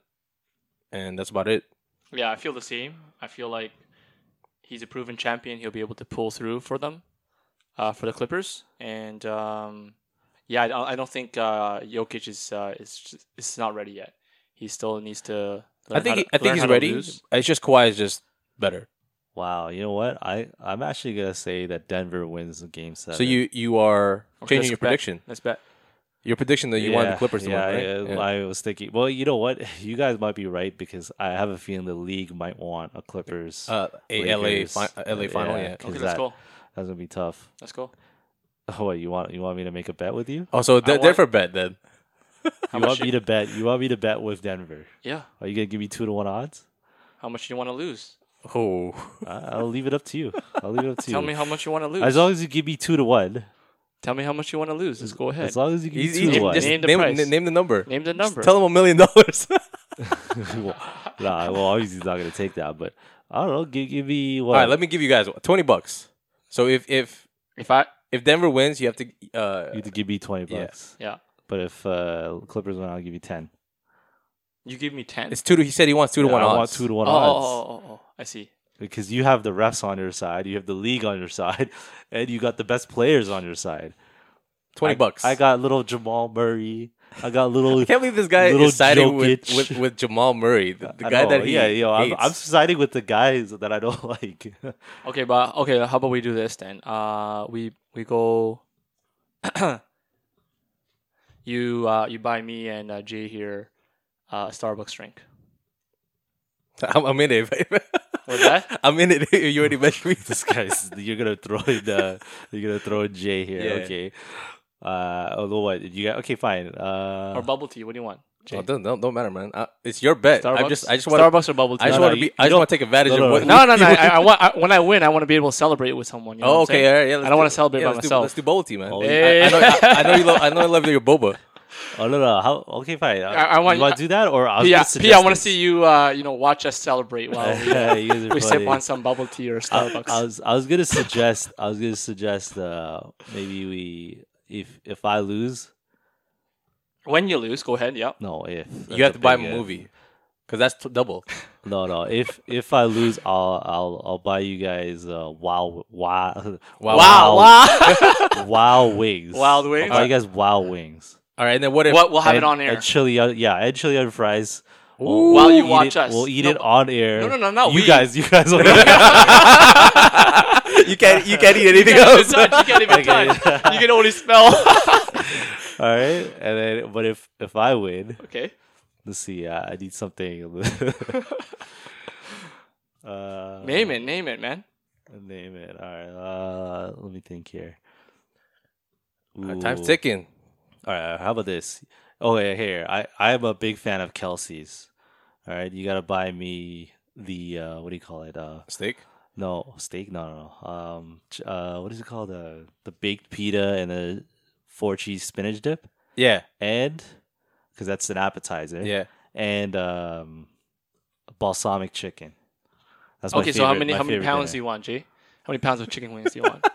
Speaker 2: and that's about it.
Speaker 3: Yeah, I feel the same. I feel like he's a proven champion. He'll be able to pull through for them, uh, for the Clippers. And um, yeah, I don't, I don't think uh, Jokic is uh, is just- is not ready yet. He still needs to.
Speaker 2: I
Speaker 3: learn how
Speaker 2: think he-
Speaker 3: to-
Speaker 2: I think
Speaker 3: learn
Speaker 2: he's
Speaker 3: how to
Speaker 2: ready.
Speaker 3: lose.
Speaker 2: It's just Kawhi is just better.
Speaker 1: Wow, you know what? I I'm actually gonna say that Denver wins the game seven.
Speaker 2: So you you are
Speaker 3: Okay,
Speaker 2: changing
Speaker 3: let's
Speaker 2: your
Speaker 3: bet.
Speaker 2: prediction.
Speaker 3: Let's bet.
Speaker 2: Your prediction that you
Speaker 1: want
Speaker 2: wanted the Clippers to win, right? Yeah.
Speaker 1: I, I was thinking. Well, you know what? You guys might be right because I have a feeling the league might want a Clippers.
Speaker 2: uh, a LA,
Speaker 1: Lakers.
Speaker 2: fi- uh, LA final.
Speaker 1: Yeah.
Speaker 2: Yeah.
Speaker 1: Is
Speaker 3: Okay,
Speaker 1: that-
Speaker 3: let's go.
Speaker 1: That's gonna be tough.
Speaker 3: Let's go.
Speaker 1: Oh, what you want? You want me to make a bet with you?
Speaker 2: Oh, so they're,
Speaker 3: I
Speaker 2: they're
Speaker 3: want-
Speaker 2: for bet then.
Speaker 1: you
Speaker 3: How much?
Speaker 1: want me to bet? You want me to bet with Denver?
Speaker 3: yeah.
Speaker 1: Are you gonna give me two to one odds?
Speaker 3: How much do you want to lose?
Speaker 2: Oh,
Speaker 1: I- I'll leave it up to you. I'll leave it up to
Speaker 3: Tell
Speaker 1: you.
Speaker 3: me how much you want to lose.
Speaker 1: as long as you give me two to one.
Speaker 3: Tell me how much you want to lose. Let's go ahead.
Speaker 1: As long as you give me
Speaker 2: he's,
Speaker 1: two
Speaker 2: he's,
Speaker 1: to
Speaker 3: easy.
Speaker 1: one.
Speaker 2: just
Speaker 3: Name
Speaker 2: name,
Speaker 3: the
Speaker 2: name,
Speaker 3: price.
Speaker 2: name the number.
Speaker 3: Name the
Speaker 2: Just
Speaker 3: number.
Speaker 2: Tell him a million dollars.
Speaker 1: nah, well, obviously he's not gonna take that. But I don't know. Give, give me
Speaker 2: All
Speaker 1: what?
Speaker 2: right, let me give you guys twenty bucks. So if if
Speaker 3: if I
Speaker 2: if Denver wins, you have to. Uh,
Speaker 1: you have to give me twenty
Speaker 2: Yeah.
Speaker 1: bucks.
Speaker 3: yeah,
Speaker 1: But if uh, Clippers win, I'll give you ten.
Speaker 3: you give me ten.
Speaker 2: it's two to. He said he wants two to
Speaker 1: Yeah,
Speaker 2: one
Speaker 1: I
Speaker 2: odds.
Speaker 1: want two to one
Speaker 3: oh,
Speaker 1: odds
Speaker 3: oh, oh, oh, oh, I see.
Speaker 1: because you have the refs on your side, you have the league on your side, and you got the best players on your side.
Speaker 2: Twenty
Speaker 1: I-
Speaker 2: bucks.
Speaker 1: I got little Jamal Murray. I got little.
Speaker 2: I can't believe this guy
Speaker 1: Little
Speaker 2: is siding with,
Speaker 1: Jokic.
Speaker 2: with, with Jamal Murray, the, the
Speaker 1: I
Speaker 2: guy
Speaker 1: know,
Speaker 2: that he
Speaker 1: yeah, yo, I'm,
Speaker 2: hates.
Speaker 1: I'm siding with the guys that I don't like.
Speaker 3: Okay, but okay. How about we do this then? Uh, we we go. you uh you buy me and uh, Jay here, uh, a Starbucks drink.
Speaker 2: I'm, I'm in it. babe.
Speaker 3: What's that?
Speaker 2: I'm in it. You already mentioned me.
Speaker 1: this guy's you're gonna throw in uh, you're gonna throw in Jay here.
Speaker 2: Yeah.
Speaker 1: Okay. Uh, although what you got? Okay, fine. Uh,
Speaker 3: or bubble tea? What do you want? Jay?
Speaker 2: Oh, don't, don't don't matter, man. I, it's your bet.
Speaker 3: Starbucks.
Speaker 2: I just I just want
Speaker 3: Starbucks or bubble tea.
Speaker 2: I
Speaker 1: No,
Speaker 2: just
Speaker 1: no,
Speaker 2: want to
Speaker 1: you-
Speaker 2: be. I
Speaker 1: you
Speaker 2: just want to take advantage
Speaker 1: no,
Speaker 2: of
Speaker 1: no,
Speaker 2: what.
Speaker 1: no.
Speaker 3: no, no, no. I, I want I, when I win, I want to be able to celebrate with someone. You know
Speaker 2: Oh,
Speaker 3: what I'm
Speaker 2: okay.
Speaker 3: saying?
Speaker 2: All right, yeah, let's
Speaker 3: I don't wanna
Speaker 2: do-
Speaker 3: celebrate
Speaker 2: yeah,
Speaker 3: by
Speaker 2: let's
Speaker 3: myself.
Speaker 2: Do, let's do bubble tea, man.
Speaker 1: Oh,
Speaker 2: I-
Speaker 3: yeah.
Speaker 2: I, know, I, I know you love. I know you love your boba.
Speaker 1: oh no, no. How? Okay, fine. Uh,
Speaker 3: I- I want-
Speaker 1: you want to do that or I was
Speaker 3: P,
Speaker 1: gonna
Speaker 3: I- P, I
Speaker 1: suggest
Speaker 3: want to
Speaker 1: this.
Speaker 3: see you. Uh, you know, watch us celebrate while we,
Speaker 1: Yeah, you guys are
Speaker 3: we sip
Speaker 1: funny.
Speaker 3: on some bubble tea or
Speaker 1: I,
Speaker 3: Starbucks.
Speaker 1: I was I was gonna suggest I was gonna suggest uh, maybe we if if I lose,
Speaker 3: When you lose, go ahead. Yeah.
Speaker 1: no, if that's
Speaker 2: you
Speaker 1: a
Speaker 2: have to buy
Speaker 1: big
Speaker 2: him a
Speaker 1: if.
Speaker 2: movie because that's t- double.
Speaker 1: No, no. If if I lose, I'll I'll I'll buy you guys uh, wild wild
Speaker 2: Wow.
Speaker 3: Wow. Wow.
Speaker 1: wild wings.
Speaker 3: Wild wings?
Speaker 1: I'll buy you guys wild wings.
Speaker 2: All right, and then what if
Speaker 3: what we'll have it
Speaker 1: And-
Speaker 3: on air.
Speaker 1: And chili, on- yeah, and chili on fries.
Speaker 2: Ooh.
Speaker 1: we'll
Speaker 2: While
Speaker 3: you
Speaker 1: eat
Speaker 3: watch
Speaker 1: it-
Speaker 3: us.
Speaker 1: We'll eat
Speaker 3: No,
Speaker 1: it on air.
Speaker 3: no, no, no, no,
Speaker 1: You
Speaker 3: we-
Speaker 1: guys, you guys. Will
Speaker 2: you can't you can't eat anything
Speaker 3: You can't even
Speaker 2: else?
Speaker 3: touch. You can't even touch. You can only smell.
Speaker 1: All right, and then but if if I win,
Speaker 3: okay.
Speaker 1: let's see. Uh, I need something. a little- uh,
Speaker 3: Name it. Name it, man.
Speaker 1: Name it. All right. Uh, let me think here.
Speaker 2: Uh, Time's
Speaker 1: Ooh.
Speaker 2: ticking.
Speaker 1: All right. How about this? Oh, yeah, here. I I am a big fan of Kelsey's. All right, you gotta buy me the uh, what do you call it? Uh,
Speaker 2: Steak.
Speaker 1: no steak. No, no. no. Um, ch- uh, what is it called? Uh, the baked pita and the four cheese spinach dip,
Speaker 2: Yeah,
Speaker 1: and because that's an appetizer.
Speaker 2: yeah.
Speaker 1: And um, balsamic chicken. That's my
Speaker 3: Okay. so how
Speaker 1: favorite-
Speaker 3: many
Speaker 1: my
Speaker 3: how many
Speaker 1: favorite
Speaker 3: pounds do
Speaker 1: dinner.
Speaker 3: you want, Jay? How many pounds of chicken wings do you want?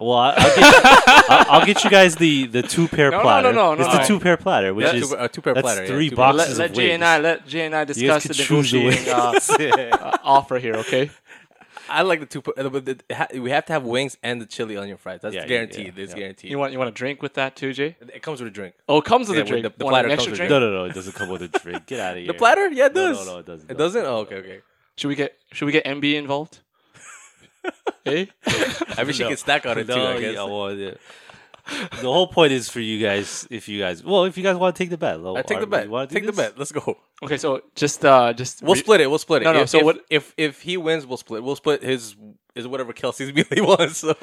Speaker 1: Well, I- I'll get, I'll, I'll get you guys the the two pair
Speaker 3: No, no, no,
Speaker 1: platter.
Speaker 3: no, no,
Speaker 1: it's the
Speaker 3: no. uh,
Speaker 1: two pair platter, which
Speaker 2: Yeah,
Speaker 1: is
Speaker 2: two, a two-pair
Speaker 1: that's
Speaker 2: platter. yeah,
Speaker 1: three
Speaker 2: two-pair-
Speaker 1: boxes
Speaker 3: let
Speaker 1: of
Speaker 2: Let-
Speaker 1: wings.
Speaker 2: let-
Speaker 3: let Jay and I let Jay and I
Speaker 1: you guys
Speaker 3: discuss
Speaker 1: could
Speaker 3: the
Speaker 1: choose the
Speaker 3: negotiating uh,
Speaker 1: wings. Yeah.
Speaker 3: uh, offer here. Okay.
Speaker 2: I like the two. But the- ha- we have to have wings and the chili onion fries. That's
Speaker 1: Yeah, yeah,
Speaker 2: guaranteed.
Speaker 1: yeah,
Speaker 2: It's
Speaker 1: yeah.
Speaker 2: guaranteed.
Speaker 3: You want you want a drink with that too, Jay?
Speaker 2: it comes with a drink.
Speaker 3: Oh, it comes with
Speaker 2: Yeah,
Speaker 3: a
Speaker 2: with
Speaker 3: drink.
Speaker 2: the- the
Speaker 3: Want
Speaker 2: platter
Speaker 3: an extra
Speaker 2: comes with
Speaker 3: drink?
Speaker 1: No, no, no. It doesn't come with a drink. Get out of here.
Speaker 2: The platter? Yeah, it
Speaker 1: No,
Speaker 2: does.
Speaker 1: no, no, it doesn't.
Speaker 2: It doesn't. Oh, okay, okay.
Speaker 3: Should we get should we get MB involved? Eh? hey,
Speaker 2: I wish you
Speaker 1: No.
Speaker 2: could snack on it too. I
Speaker 1: No,
Speaker 2: guess.
Speaker 1: yeah, well, yeah. The whole point is for you guys. If you guys, well, if you guys want to take the bet,
Speaker 2: I take the bet. Take the bet. Let's go.
Speaker 3: Okay, so just uh, just
Speaker 2: We'll
Speaker 3: re-
Speaker 2: split it. We'll split it.
Speaker 3: No, no,
Speaker 2: If,
Speaker 3: so
Speaker 2: if-
Speaker 3: what-
Speaker 2: if if he wins? We'll split. We'll split his is whatever Kelsey's meal he wants. So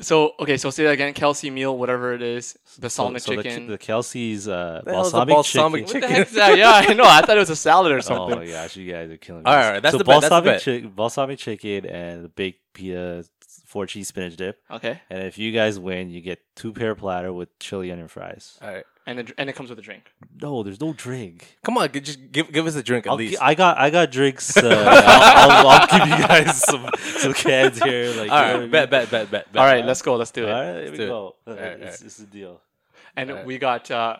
Speaker 3: So okay, so say that again. Kelsey meal, whatever it is, balsamic
Speaker 1: so, so
Speaker 3: chicken.
Speaker 1: The, the Kelsey's uh,
Speaker 2: The hell's a
Speaker 1: balsamic,
Speaker 2: balsamic
Speaker 1: chicken.
Speaker 3: what the
Speaker 2: chicken.
Speaker 3: heck is that? Yeah, I know. I thought it was a salad or
Speaker 1: Oh
Speaker 3: something.
Speaker 1: my gosh, you guys are killing me.
Speaker 2: All right, that's
Speaker 1: so
Speaker 2: the bet, that's the
Speaker 1: balsamic
Speaker 2: bet.
Speaker 1: chi- balsamic chicken and the baked pita four cheese spinach dip.
Speaker 3: Okay,
Speaker 1: And if you guys win, you get two pair platter with chili onion fries.
Speaker 2: all right,
Speaker 3: and it, and it comes with a drink.
Speaker 1: No, there's no drink.
Speaker 2: come on, g- just give give us a drink at
Speaker 1: I'll gi-
Speaker 2: least.
Speaker 1: I got I got drinks. Uh, I'll, I'll, I'll give you guys some some cans here. Like,
Speaker 2: all
Speaker 1: you know what I
Speaker 2: right,
Speaker 1: mean?
Speaker 2: bet, bet, bet, bet, bet.
Speaker 3: All right, let's go. Let's do it.
Speaker 1: All right, here we
Speaker 2: do it.
Speaker 1: go.
Speaker 2: right,
Speaker 1: it's,
Speaker 2: all right.
Speaker 1: it's a deal.
Speaker 3: And
Speaker 2: All right.
Speaker 3: we got uh,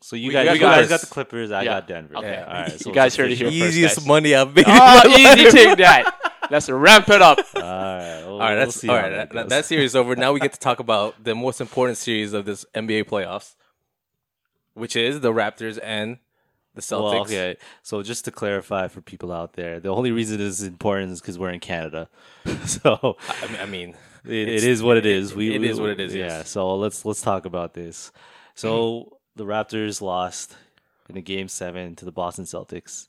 Speaker 1: So you
Speaker 3: We-
Speaker 1: guys,
Speaker 2: we
Speaker 1: you
Speaker 2: got
Speaker 1: guys
Speaker 2: Clippers.
Speaker 1: got the Clippers. I
Speaker 3: Yeah.
Speaker 1: got Denver.
Speaker 3: Okay.
Speaker 1: All right, so it's
Speaker 3: You guys heard it
Speaker 1: official.
Speaker 3: here first,
Speaker 2: Easiest
Speaker 3: guys.
Speaker 2: money I've made.
Speaker 3: oh, easy take that. Let's ramp it up.
Speaker 1: All right, we'll,
Speaker 2: All right,
Speaker 1: we'll
Speaker 2: that's
Speaker 1: see
Speaker 2: all
Speaker 1: how
Speaker 2: right.
Speaker 1: that
Speaker 2: That, that,
Speaker 1: goes.
Speaker 2: that series is over. Now we get to talk about the most important series of this NBA playoffs, which is the Raptors and the Celtics.
Speaker 1: Well, okay. So just to clarify for people out there, the only reason it's important is because we're in Canada. so
Speaker 2: I mean, I mean
Speaker 1: it,
Speaker 2: It's-
Speaker 1: it is what it is. We
Speaker 2: it
Speaker 1: we-
Speaker 2: is what it is,
Speaker 1: Yeah.
Speaker 2: yes.
Speaker 1: So let's let's talk about this. So the Raptors lost in a game seven to the Boston Celtics.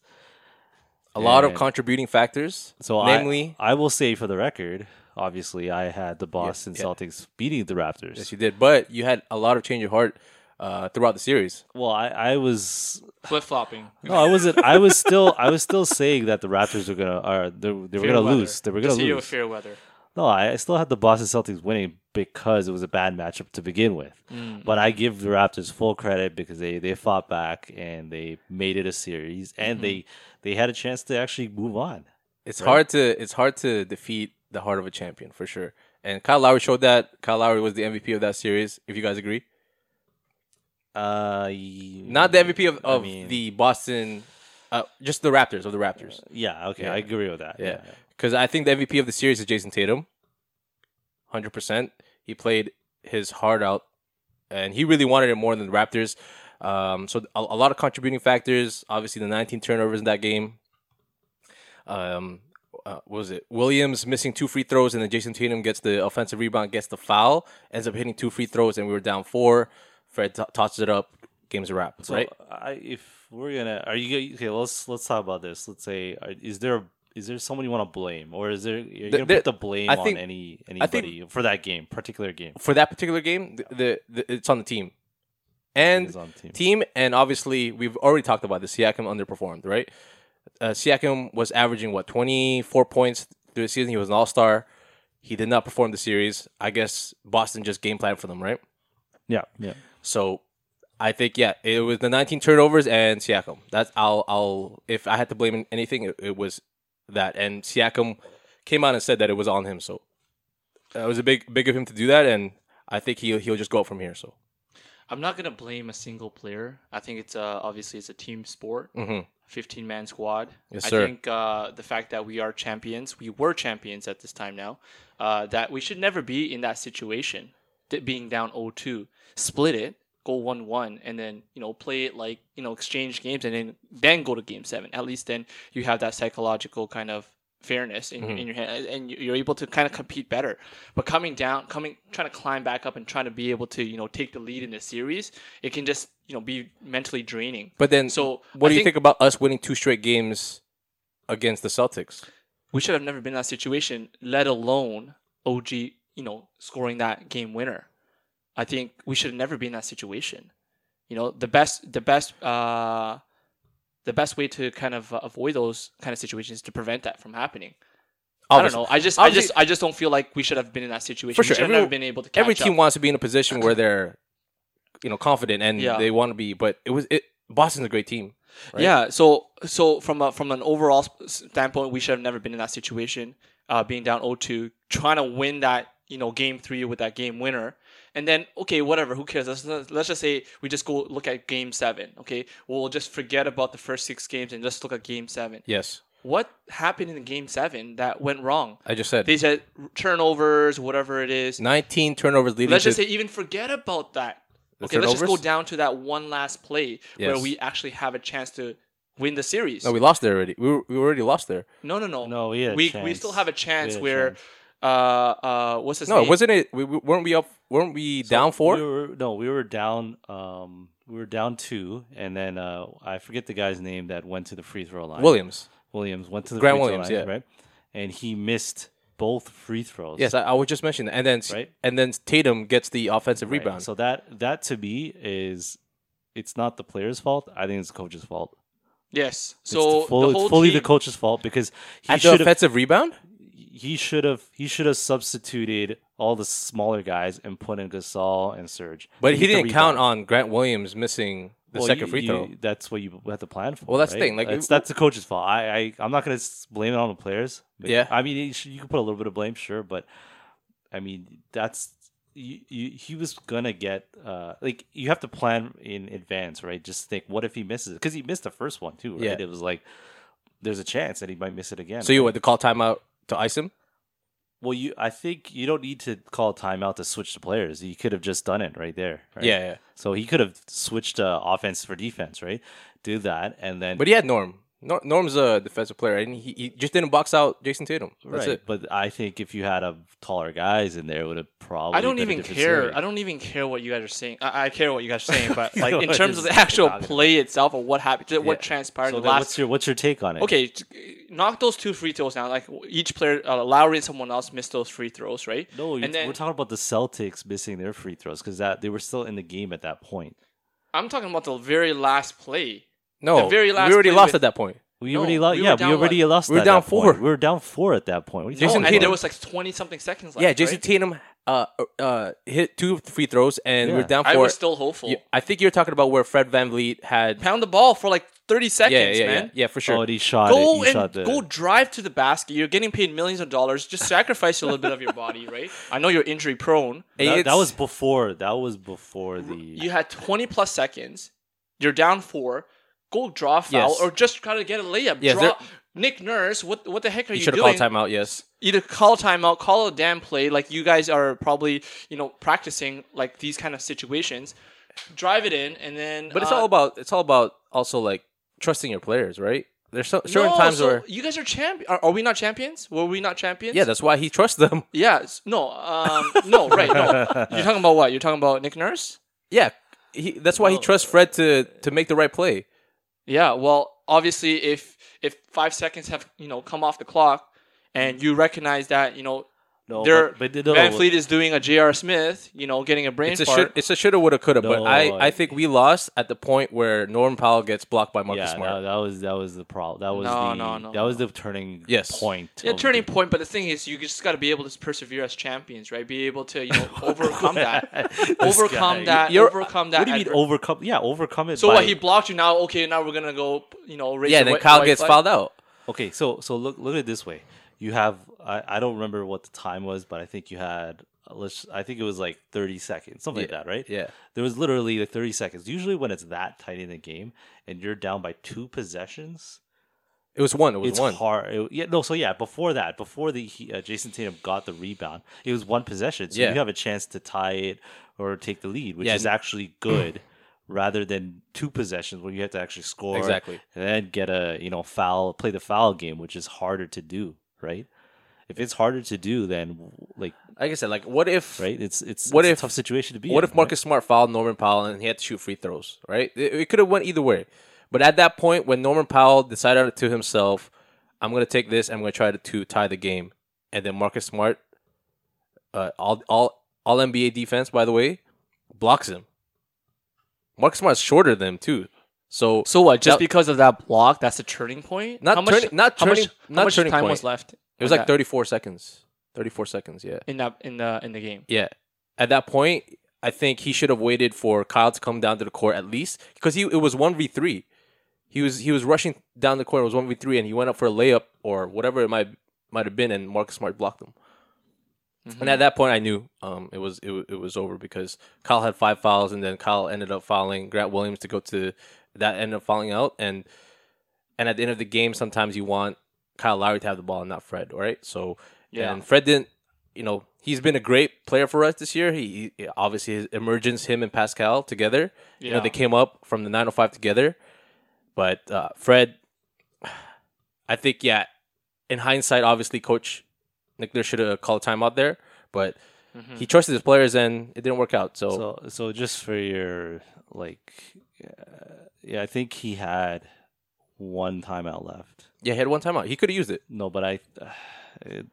Speaker 2: a lot of
Speaker 1: And-
Speaker 2: contributing factors.
Speaker 1: So
Speaker 2: namely,
Speaker 1: I, I will say for the record, obviously I had the Boston
Speaker 2: yeah.
Speaker 1: Celtics beating the Raptors.
Speaker 2: yes, you did, but you had a lot of change of heart uh, throughout the series.
Speaker 1: Well, I, I was
Speaker 3: Flip flopping.
Speaker 1: no, I wasn't. I was still, I was still saying that the Raptors were gonna, are they, they were gonna lose. They were gonna
Speaker 3: Just so you have
Speaker 1: lose.
Speaker 3: fair weather.
Speaker 1: No, I I still had the Boston Celtics winning because it was a bad matchup to begin with.
Speaker 2: Mm.
Speaker 1: But I give the Raptors full credit because they, they fought back and they made it a series and
Speaker 2: Mm-hmm.
Speaker 1: they they had a chance to actually move on.
Speaker 2: It's hard to it's hard to defeat the heart of a champion for sure. And Kyle Lowry showed that. Kyle Lowry was the MVP of that series. If you guys agree,
Speaker 1: Uh,
Speaker 2: not the MVP of,
Speaker 1: I
Speaker 2: of
Speaker 1: mean-
Speaker 2: the Boston, uh, just the Raptors of the Raptors.
Speaker 1: Yeah, okay,
Speaker 2: Yeah.
Speaker 1: I agree with that.
Speaker 2: Yeah. Because I think the MVP of the series is Jason Tatum. 100%. He played his heart out and he really wanted it more than the Raptors. Um, so a, a lot of contributing factors. Obviously, the 19 turnovers in that game. Um, uh, what was it? Williams missing two free throws and then Jason Tatum gets the offensive rebound, gets the foul, ends up hitting two free throws and we were down four. Fred to tosses it up. Game's a wrap,
Speaker 1: So
Speaker 2: right?
Speaker 1: I, if we're gonna, are you okay? Let's let's talk about this. Let's say, are, is there is there someone you want to blame, or is there are you gonna
Speaker 2: there-
Speaker 1: put the blame
Speaker 2: I
Speaker 1: on
Speaker 2: think-
Speaker 1: any
Speaker 2: I think-
Speaker 1: anybody for that game, particular game?
Speaker 2: For that particular game, the, the, the it's on the team. And
Speaker 1: Is on the team.
Speaker 2: team, and obviously we've already talked about this. Siakam underperformed, right? Uh, Siakam was averaging what 24 points through the season. He was an All Star. He did not perform the series. I guess Boston just game plan for them, right?
Speaker 1: Yeah, yeah.
Speaker 2: So I think yeah, it was the 19 turnovers and Siakam. That's I'll I'll if I had to blame anything, it, it was that. And Siakam came out and said that it was on him. So uh, it was a big big of him to do that, and I think he will he'll just go up from here. So
Speaker 3: I'm not gonna blame a single player. I think it's uh, obviously it's a team sport.
Speaker 2: hmm
Speaker 3: 15 man squad.
Speaker 2: Yes,
Speaker 3: I
Speaker 2: sir.
Speaker 3: think uh, the fact that we are champions, we were champions at this time now, uh, that we should never be in that situation, that being down 0 2. Split it, go 1 1, and then, you know, play it like, you know, exchange games and then, then go to game seven. At least then you have that psychological kind of fairness
Speaker 2: Mm-hmm.
Speaker 3: in, in your head and you- you're able to kind of compete better but coming down coming trying to climb back up and trying to be able to you know take the lead in the series it can just you know be mentally draining
Speaker 2: But then,
Speaker 3: So,
Speaker 2: so Mm-hmm. what
Speaker 3: I
Speaker 2: do you
Speaker 3: think-
Speaker 2: think about us winning two straight games against the Celtics?
Speaker 3: we should have never been in that situation, let alone OG, you know, scoring that game winner. I think we should have never been in that situation. You know, the best, the best, uh, the best way to kind of uh, avoid those kind of situations is to prevent that from happening. I
Speaker 2: Obviously-
Speaker 3: don't know. I just,
Speaker 2: obviously-
Speaker 3: I just, I just don't feel like we should have been in that situation.
Speaker 2: For
Speaker 3: We
Speaker 2: sure,
Speaker 3: should have
Speaker 2: everyone-
Speaker 3: never been able to. Catch
Speaker 2: Every team
Speaker 3: up.
Speaker 2: wants to be in a position where they're, you know, confident and
Speaker 3: Yeah.
Speaker 2: they want to be. But it was it. Boston's a great team. right?
Speaker 3: Yeah. So so from a, from an overall s- standpoint, we should have never been in that situation, uh, being down 0-2, trying to win that you know game three with that game winner, and then okay, whatever, who cares? Let's not- let's just say we just go look at game seven. Okay, we'll just forget about the first six games and just look at game seven.
Speaker 2: Yes,
Speaker 3: What happened in game seven that went wrong?
Speaker 2: I just said
Speaker 3: They said turnovers, whatever it is.
Speaker 2: nineteen turnovers leading
Speaker 3: Let's
Speaker 2: to
Speaker 3: just say even forget about that.
Speaker 2: The
Speaker 3: okay, let's just go
Speaker 2: turnovers?
Speaker 3: down to that one last play where
Speaker 2: Yes.
Speaker 3: we actually have a chance to win the series.
Speaker 2: No, we lost there already. We, were, we already lost there.
Speaker 3: no, no, no,
Speaker 1: No, we had a
Speaker 3: we, we
Speaker 1: chance.
Speaker 3: still have a
Speaker 1: We
Speaker 3: chance
Speaker 1: had a
Speaker 3: where,
Speaker 1: chance.
Speaker 3: uh, uh, what's his
Speaker 2: No,
Speaker 3: name?
Speaker 2: wasn't it? We, we- weren't we up? Weren't we down four?
Speaker 1: We were, no, we were down. Um, we were down two, and then uh, I forget the guy's name that went to the free throw line.
Speaker 2: Williams.
Speaker 1: Williams went to the
Speaker 2: Grant
Speaker 1: free
Speaker 2: Williams,
Speaker 1: throw
Speaker 2: yeah.
Speaker 1: line, right? And he missed both free throws.
Speaker 2: Yes, I, I was just mentioning, that. and then s-
Speaker 1: Right.
Speaker 2: and then Tatum gets the offensive
Speaker 1: Right.
Speaker 2: rebound.
Speaker 1: So that that to me is, it's not the player's fault. I think it's the coach's fault.
Speaker 3: Yes.
Speaker 1: It's
Speaker 3: So
Speaker 1: the full-
Speaker 3: the whole
Speaker 1: it's fully
Speaker 3: team,
Speaker 1: the coach's fault because he
Speaker 2: At the
Speaker 1: should have
Speaker 2: offensive rebound,
Speaker 1: he should have he should have substituted all the smaller guys and put in Gasol and Serge.
Speaker 2: but
Speaker 1: To get
Speaker 2: he
Speaker 1: the
Speaker 2: didn't count
Speaker 1: rebound.
Speaker 2: on Grant Williams missing the
Speaker 1: Well,
Speaker 2: second
Speaker 1: you-
Speaker 2: free throw.
Speaker 1: you- that's what you have to plan for.
Speaker 2: Well, that's the
Speaker 1: right?
Speaker 2: thing, like,
Speaker 1: that's,
Speaker 2: it-
Speaker 1: that's the coach's fault. I, I I'm not gonna s- blame it on the players. Like,
Speaker 2: Yeah.
Speaker 1: I mean, you, should, you can put a little bit of blame, sure, but I mean, that's you, you, he was gonna get uh like you have to plan in advance, right? Just think, what if he misses? Because he missed the first one too, right?
Speaker 2: Yeah.
Speaker 1: It was like there's a chance that he might miss it again.
Speaker 2: so you had to call timeout to ice him.
Speaker 1: Well, you, I think you don't need to call a timeout to switch the players. You could have just done it right there. Right?
Speaker 2: Yeah, yeah.
Speaker 1: So he could have switched uh, offense for defense, right? Do that, and then
Speaker 2: But he had Norm. Nor- Norm's a defensive player, and he, he just didn't box out Jason Tatum. That's
Speaker 1: right.
Speaker 2: it.
Speaker 1: But I think if you had a taller guys in there, it would have probably.
Speaker 3: I don't
Speaker 1: been a
Speaker 3: even
Speaker 1: different
Speaker 3: care.
Speaker 1: series.
Speaker 3: I don't even care what you guys are saying. I, I care what you guys are saying, but like in
Speaker 1: What
Speaker 3: terms of
Speaker 1: is
Speaker 3: the actual
Speaker 1: talking about?
Speaker 3: play itself or what happened, what
Speaker 2: Yeah.
Speaker 1: So
Speaker 3: transpired in the
Speaker 1: then
Speaker 3: last
Speaker 1: what's your what's your take on it?
Speaker 3: okay, t- knock those two free throws down. Like each player, uh, Lowry and someone else missed those free throws, right?
Speaker 1: No, you-
Speaker 3: and then
Speaker 1: we're talking about the Celtics missing their free throws because that they were still in the game at that point.
Speaker 3: I'm talking about the very last play.
Speaker 2: No,
Speaker 3: The very last
Speaker 2: we already
Speaker 3: play
Speaker 2: lost
Speaker 3: with-
Speaker 2: at that point.
Speaker 1: We
Speaker 3: No,
Speaker 1: already lost.
Speaker 3: we were
Speaker 1: yeah,
Speaker 3: down,
Speaker 1: we already
Speaker 3: like-
Speaker 1: lost.
Speaker 2: We were
Speaker 1: at that
Speaker 2: down
Speaker 1: point.
Speaker 2: four.
Speaker 1: We were down four at that point. What are you
Speaker 2: Jason
Speaker 1: talking
Speaker 3: and
Speaker 1: about?
Speaker 3: there was like 20 something seconds left.
Speaker 2: yeah, Jason
Speaker 3: right?
Speaker 2: Tatum uh, uh, hit two free throws, and we're
Speaker 1: Yeah.
Speaker 2: down
Speaker 3: I
Speaker 2: four.
Speaker 3: was still hopeful.
Speaker 2: You- I think you're talking about where Fred Van Vliet had.
Speaker 3: Pound the ball for like 30
Speaker 2: Yeah,
Speaker 3: seconds,
Speaker 2: yeah,
Speaker 3: man.
Speaker 2: yeah, yeah, for sure.
Speaker 1: Oh, and he shot it.
Speaker 3: Go
Speaker 1: He
Speaker 3: and
Speaker 1: shot the-
Speaker 3: go drive to the basket. You're getting paid millions of dollars. Just sacrifice a little bit of your body, right? I know you're injury prone.
Speaker 1: That,
Speaker 2: And
Speaker 1: that
Speaker 2: it's-
Speaker 1: was before. That was before the.
Speaker 3: You had 20 plus seconds. You're down four. Go draw foul
Speaker 2: Yes.
Speaker 3: or just try to get a layup.
Speaker 2: Yes,
Speaker 3: draw.
Speaker 2: there-
Speaker 3: Nick Nurse, what what the heck are
Speaker 2: you
Speaker 3: you,
Speaker 2: should have
Speaker 3: doing?
Speaker 2: called timeout. Yes,
Speaker 3: either call timeout, call a damn play. Like you guys are probably, you know, practicing like these kind of situations. Drive it in, and then.
Speaker 2: but it's
Speaker 3: uh,
Speaker 2: all about it's all about also like trusting your players, right? There's so, certain
Speaker 3: No,
Speaker 2: times
Speaker 3: so
Speaker 2: where
Speaker 3: you guys are champ. Are, are we not champions? Were we not champions?
Speaker 2: yeah, that's why he trusts them.
Speaker 3: yeah. s- No. Um. no. Right. No. You're talking about what? You're talking about Nick Nurse?
Speaker 2: Yeah, he, that's why he trusts Fred to to make the right play.
Speaker 3: Yeah. Well, obviously, if if five seconds have you know come off the clock, and you recognize that you know.
Speaker 2: Oh,
Speaker 1: no,
Speaker 3: Their
Speaker 1: but, but no,
Speaker 3: Van Fleet is doing a J.R. Smith, you know, getting a brain
Speaker 2: It's a
Speaker 3: fart.
Speaker 2: should, it's a shoulda, woulda, coulda. but
Speaker 1: No,
Speaker 2: I, I
Speaker 1: I-
Speaker 2: think we lost at the point where Norm Powell gets blocked by Marcus
Speaker 1: yeah,
Speaker 2: Smart.
Speaker 1: no, that was that was the problem. That was
Speaker 3: No,
Speaker 1: the
Speaker 3: no, no,
Speaker 1: that was the turning
Speaker 2: Yes.
Speaker 1: point.
Speaker 3: Yeah,
Speaker 2: Oh,
Speaker 1: of the-
Speaker 3: turning point. But the thing is, you just got to be able to persevere as champions, right? Be able to, you know, overcome that,
Speaker 1: This
Speaker 3: overcome
Speaker 1: guy.
Speaker 3: that,
Speaker 2: You're-
Speaker 3: overcome that.
Speaker 1: What do you mean
Speaker 3: adver-
Speaker 1: overcome? Yeah, overcome it.
Speaker 3: so
Speaker 1: by,
Speaker 3: what? He blocked you now. Okay, now we're gonna go, you know, raise
Speaker 2: yeah,
Speaker 3: the
Speaker 2: then
Speaker 3: white-
Speaker 2: Kyle
Speaker 3: white
Speaker 2: gets
Speaker 3: flag.
Speaker 2: fouled out.
Speaker 1: Okay, so so look look at it this way. You have I, I don't remember what the time was, but I think you had let's I think it was like 30 seconds, something like that, right?
Speaker 2: Yeah.
Speaker 1: There was literally like 30 seconds. Usually when it's that tight in the game and you're down by two possessions,
Speaker 2: It was one. It was
Speaker 1: it's
Speaker 2: one.
Speaker 1: hard. it- yeah, no. So yeah, before that, before the he- uh, Jason Tatum got the rebound, it was one possession. So
Speaker 2: Yeah.
Speaker 1: you have a chance to tie it or take the lead, which
Speaker 2: Yeah,
Speaker 1: is actually good, rather than two possessions where you have to actually score
Speaker 2: Exactly.
Speaker 1: and then get a you know foul, play the foul game, which is harder to do, right? If it's harder to do, then like
Speaker 2: Like I said, like what if
Speaker 1: right, it's it's
Speaker 2: What
Speaker 1: it's
Speaker 2: if-
Speaker 1: a tough situation to be.
Speaker 2: What
Speaker 1: in,
Speaker 2: if Marcus Smart fouled Norman Powell and he had to shoot free throws, right? It, it could have went either way. But at that point, when Norman Powell decided to himself, I'm going to take this, I'm going to try to, to tie the game. And then Marcus Smart, uh, all, all, all NBA defense, by the way, blocks him. Marcus Smart's shorter than him, too. So,
Speaker 3: So what? Just
Speaker 2: That-
Speaker 3: because of that block, that's a turning point.
Speaker 2: Not
Speaker 3: how much,
Speaker 2: turning- not
Speaker 3: how much-
Speaker 2: turning-
Speaker 3: how
Speaker 2: not
Speaker 3: much
Speaker 2: turning
Speaker 3: time
Speaker 2: point.
Speaker 3: was left?
Speaker 2: it was
Speaker 3: on
Speaker 2: like
Speaker 3: that-
Speaker 2: 34 seconds. 34 seconds, yeah.
Speaker 3: in that in the in the game.
Speaker 2: Yeah. At that point, I think he should have waited for Kyle to come down to the court at least because he it was 1v3. He was he was rushing down the court. It was 1v3 and he went up for a layup or whatever it might might have been and Marcus Smart blocked him.
Speaker 3: Mm-hmm.
Speaker 2: And at that point I knew um, it was it, wa- it was over because Kyle had five fouls and then Kyle ended up fouling Grant Williams to go to that ended up fouling out and and at the end of the game sometimes you want Kyle Lowry to have the ball and not Fred, all right? So
Speaker 3: Yeah.
Speaker 2: and Fred didn't you know, he's been a great player for us this year. He, he- obviously his emergence, him and Pascal together. You know,
Speaker 3: Yeah.
Speaker 2: they came up from the 905 together. But uh, Fred, I think, yeah, in hindsight, obviously, Coach Nick there should have called a timeout there. But he trusted his players and it didn't work out. So,
Speaker 1: So, so just for your like, uh, yeah, I think he had one timeout left.
Speaker 2: yeah, he had one timeout. He could have used it.
Speaker 1: No, but I. it,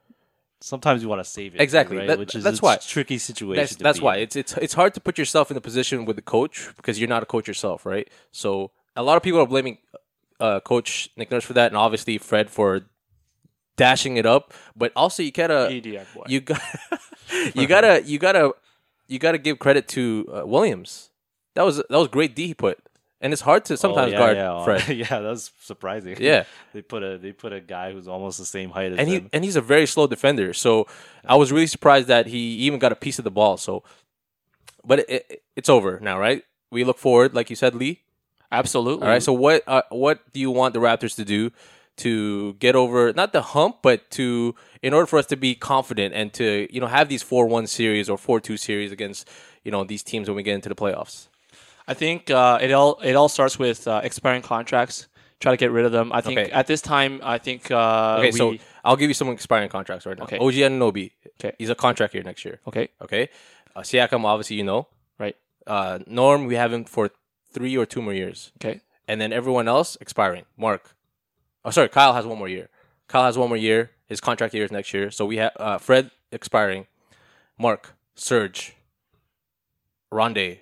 Speaker 1: sometimes you want to save it.
Speaker 2: Exactly.
Speaker 1: Right?
Speaker 2: That-
Speaker 1: Which is
Speaker 2: that's
Speaker 1: a
Speaker 2: why.
Speaker 1: tricky situation.
Speaker 2: That's,
Speaker 1: to
Speaker 2: that's
Speaker 1: be
Speaker 2: why
Speaker 1: in.
Speaker 2: it's, it's, it's hard to put yourself in the position with the coach because you're not a coach yourself, right? So, a lot of people are blaming uh, Coach Nick Nurse for that and obviously Fred for dashing it up. But also, you gotta.
Speaker 3: EDF boy.
Speaker 2: you got you gotta you gotta you gotta give credit to uh, Williams. That was that was great D he put, and it's hard to
Speaker 1: Oh,
Speaker 2: sometimes
Speaker 1: yeah,
Speaker 2: guard
Speaker 1: yeah, oh,
Speaker 2: Fred.
Speaker 1: yeah, that's surprising.
Speaker 2: Yeah.
Speaker 1: they put a they put a guy who's almost the same height as
Speaker 2: And he
Speaker 1: him.
Speaker 2: and he's a very slow defender, so I was really surprised that he even got a piece of the ball. So, but it, it, it's over now, right? We look forward, like you said, Lee.
Speaker 3: Absolutely.
Speaker 2: All right. So what uh, what do you want the Raptors to do to get over not the hump, but to in order for us to be confident and to you know have these four one series or four two series against you know these teams when we get into the playoffs?
Speaker 3: I think uh, it all it all starts with uh, expiring contracts. Try to get rid of them. I think
Speaker 2: Okay.
Speaker 3: at this time, I think uh,
Speaker 2: Okay,
Speaker 3: we,
Speaker 2: so I'll give you some expiring contracts right now.
Speaker 3: Okay.
Speaker 2: OG Anunoby,
Speaker 3: Okay.
Speaker 2: he's a contract here next year.
Speaker 3: okay,
Speaker 2: Okay, uh, Siakam, obviously you know.
Speaker 3: right,
Speaker 2: Uh, Norm, we have him for three or two more years.
Speaker 3: okay,
Speaker 2: and then everyone else expiring. Mark, oh sorry, Kyle has one more year. Kyle has one more year. His contract year is next year. So we have uh, Fred expiring, Mark, Serge, Rondé,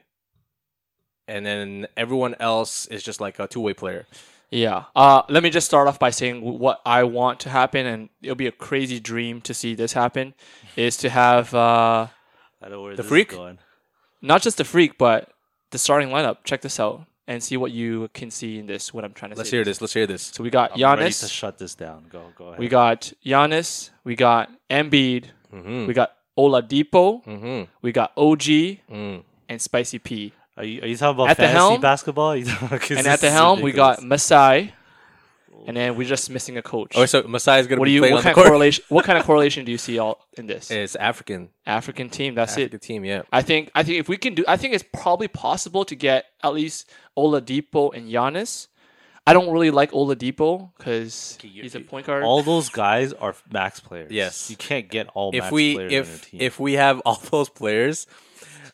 Speaker 2: and then everyone else is just like a two way player.
Speaker 3: yeah. Uh, let me just start off by saying wh- what I want to happen, and it'll be a crazy dream to see this happen, is to have uh,
Speaker 1: I know where
Speaker 2: the
Speaker 1: this
Speaker 2: freak?
Speaker 1: is going.
Speaker 3: not just the freak, but the starting lineup. Check this out and see what you can see in this. What I'm trying to
Speaker 2: Let's
Speaker 3: say.
Speaker 2: hear this. Let's hear this.
Speaker 3: So we got
Speaker 1: I'm ready to
Speaker 3: Giannis,
Speaker 1: shut this down. Go go ahead.
Speaker 3: we got Giannis, we got Embiid,
Speaker 2: Mm-hmm.
Speaker 3: we got Oladipo,
Speaker 2: Mm-hmm.
Speaker 3: we got OG,
Speaker 2: Mm.
Speaker 3: and Spicy P.
Speaker 1: are, you, are you talking about
Speaker 3: At the
Speaker 1: fantasy
Speaker 3: helm-
Speaker 1: basketball? and
Speaker 3: and at the helm, we got Masai, and then we're just missing a coach.
Speaker 2: Oh, so Masai is gonna
Speaker 3: what do
Speaker 2: be
Speaker 3: you?
Speaker 2: playing
Speaker 3: What
Speaker 2: on the
Speaker 3: kind of
Speaker 2: court.
Speaker 3: correlation? What kind of correlation do you see all in this
Speaker 2: It's African.
Speaker 3: African team? That's
Speaker 2: African
Speaker 3: it.
Speaker 2: team. Yeah.
Speaker 3: I think. I think if we can do, I think it's probably possible to get at least Oladipo and Giannis. I don't really like Oladipo because he's a point guard.
Speaker 1: all those guys are max players.
Speaker 2: Yes.
Speaker 1: you can't get all
Speaker 2: if
Speaker 1: max
Speaker 2: we
Speaker 1: players on your
Speaker 2: if
Speaker 1: team.
Speaker 2: if we have all those players,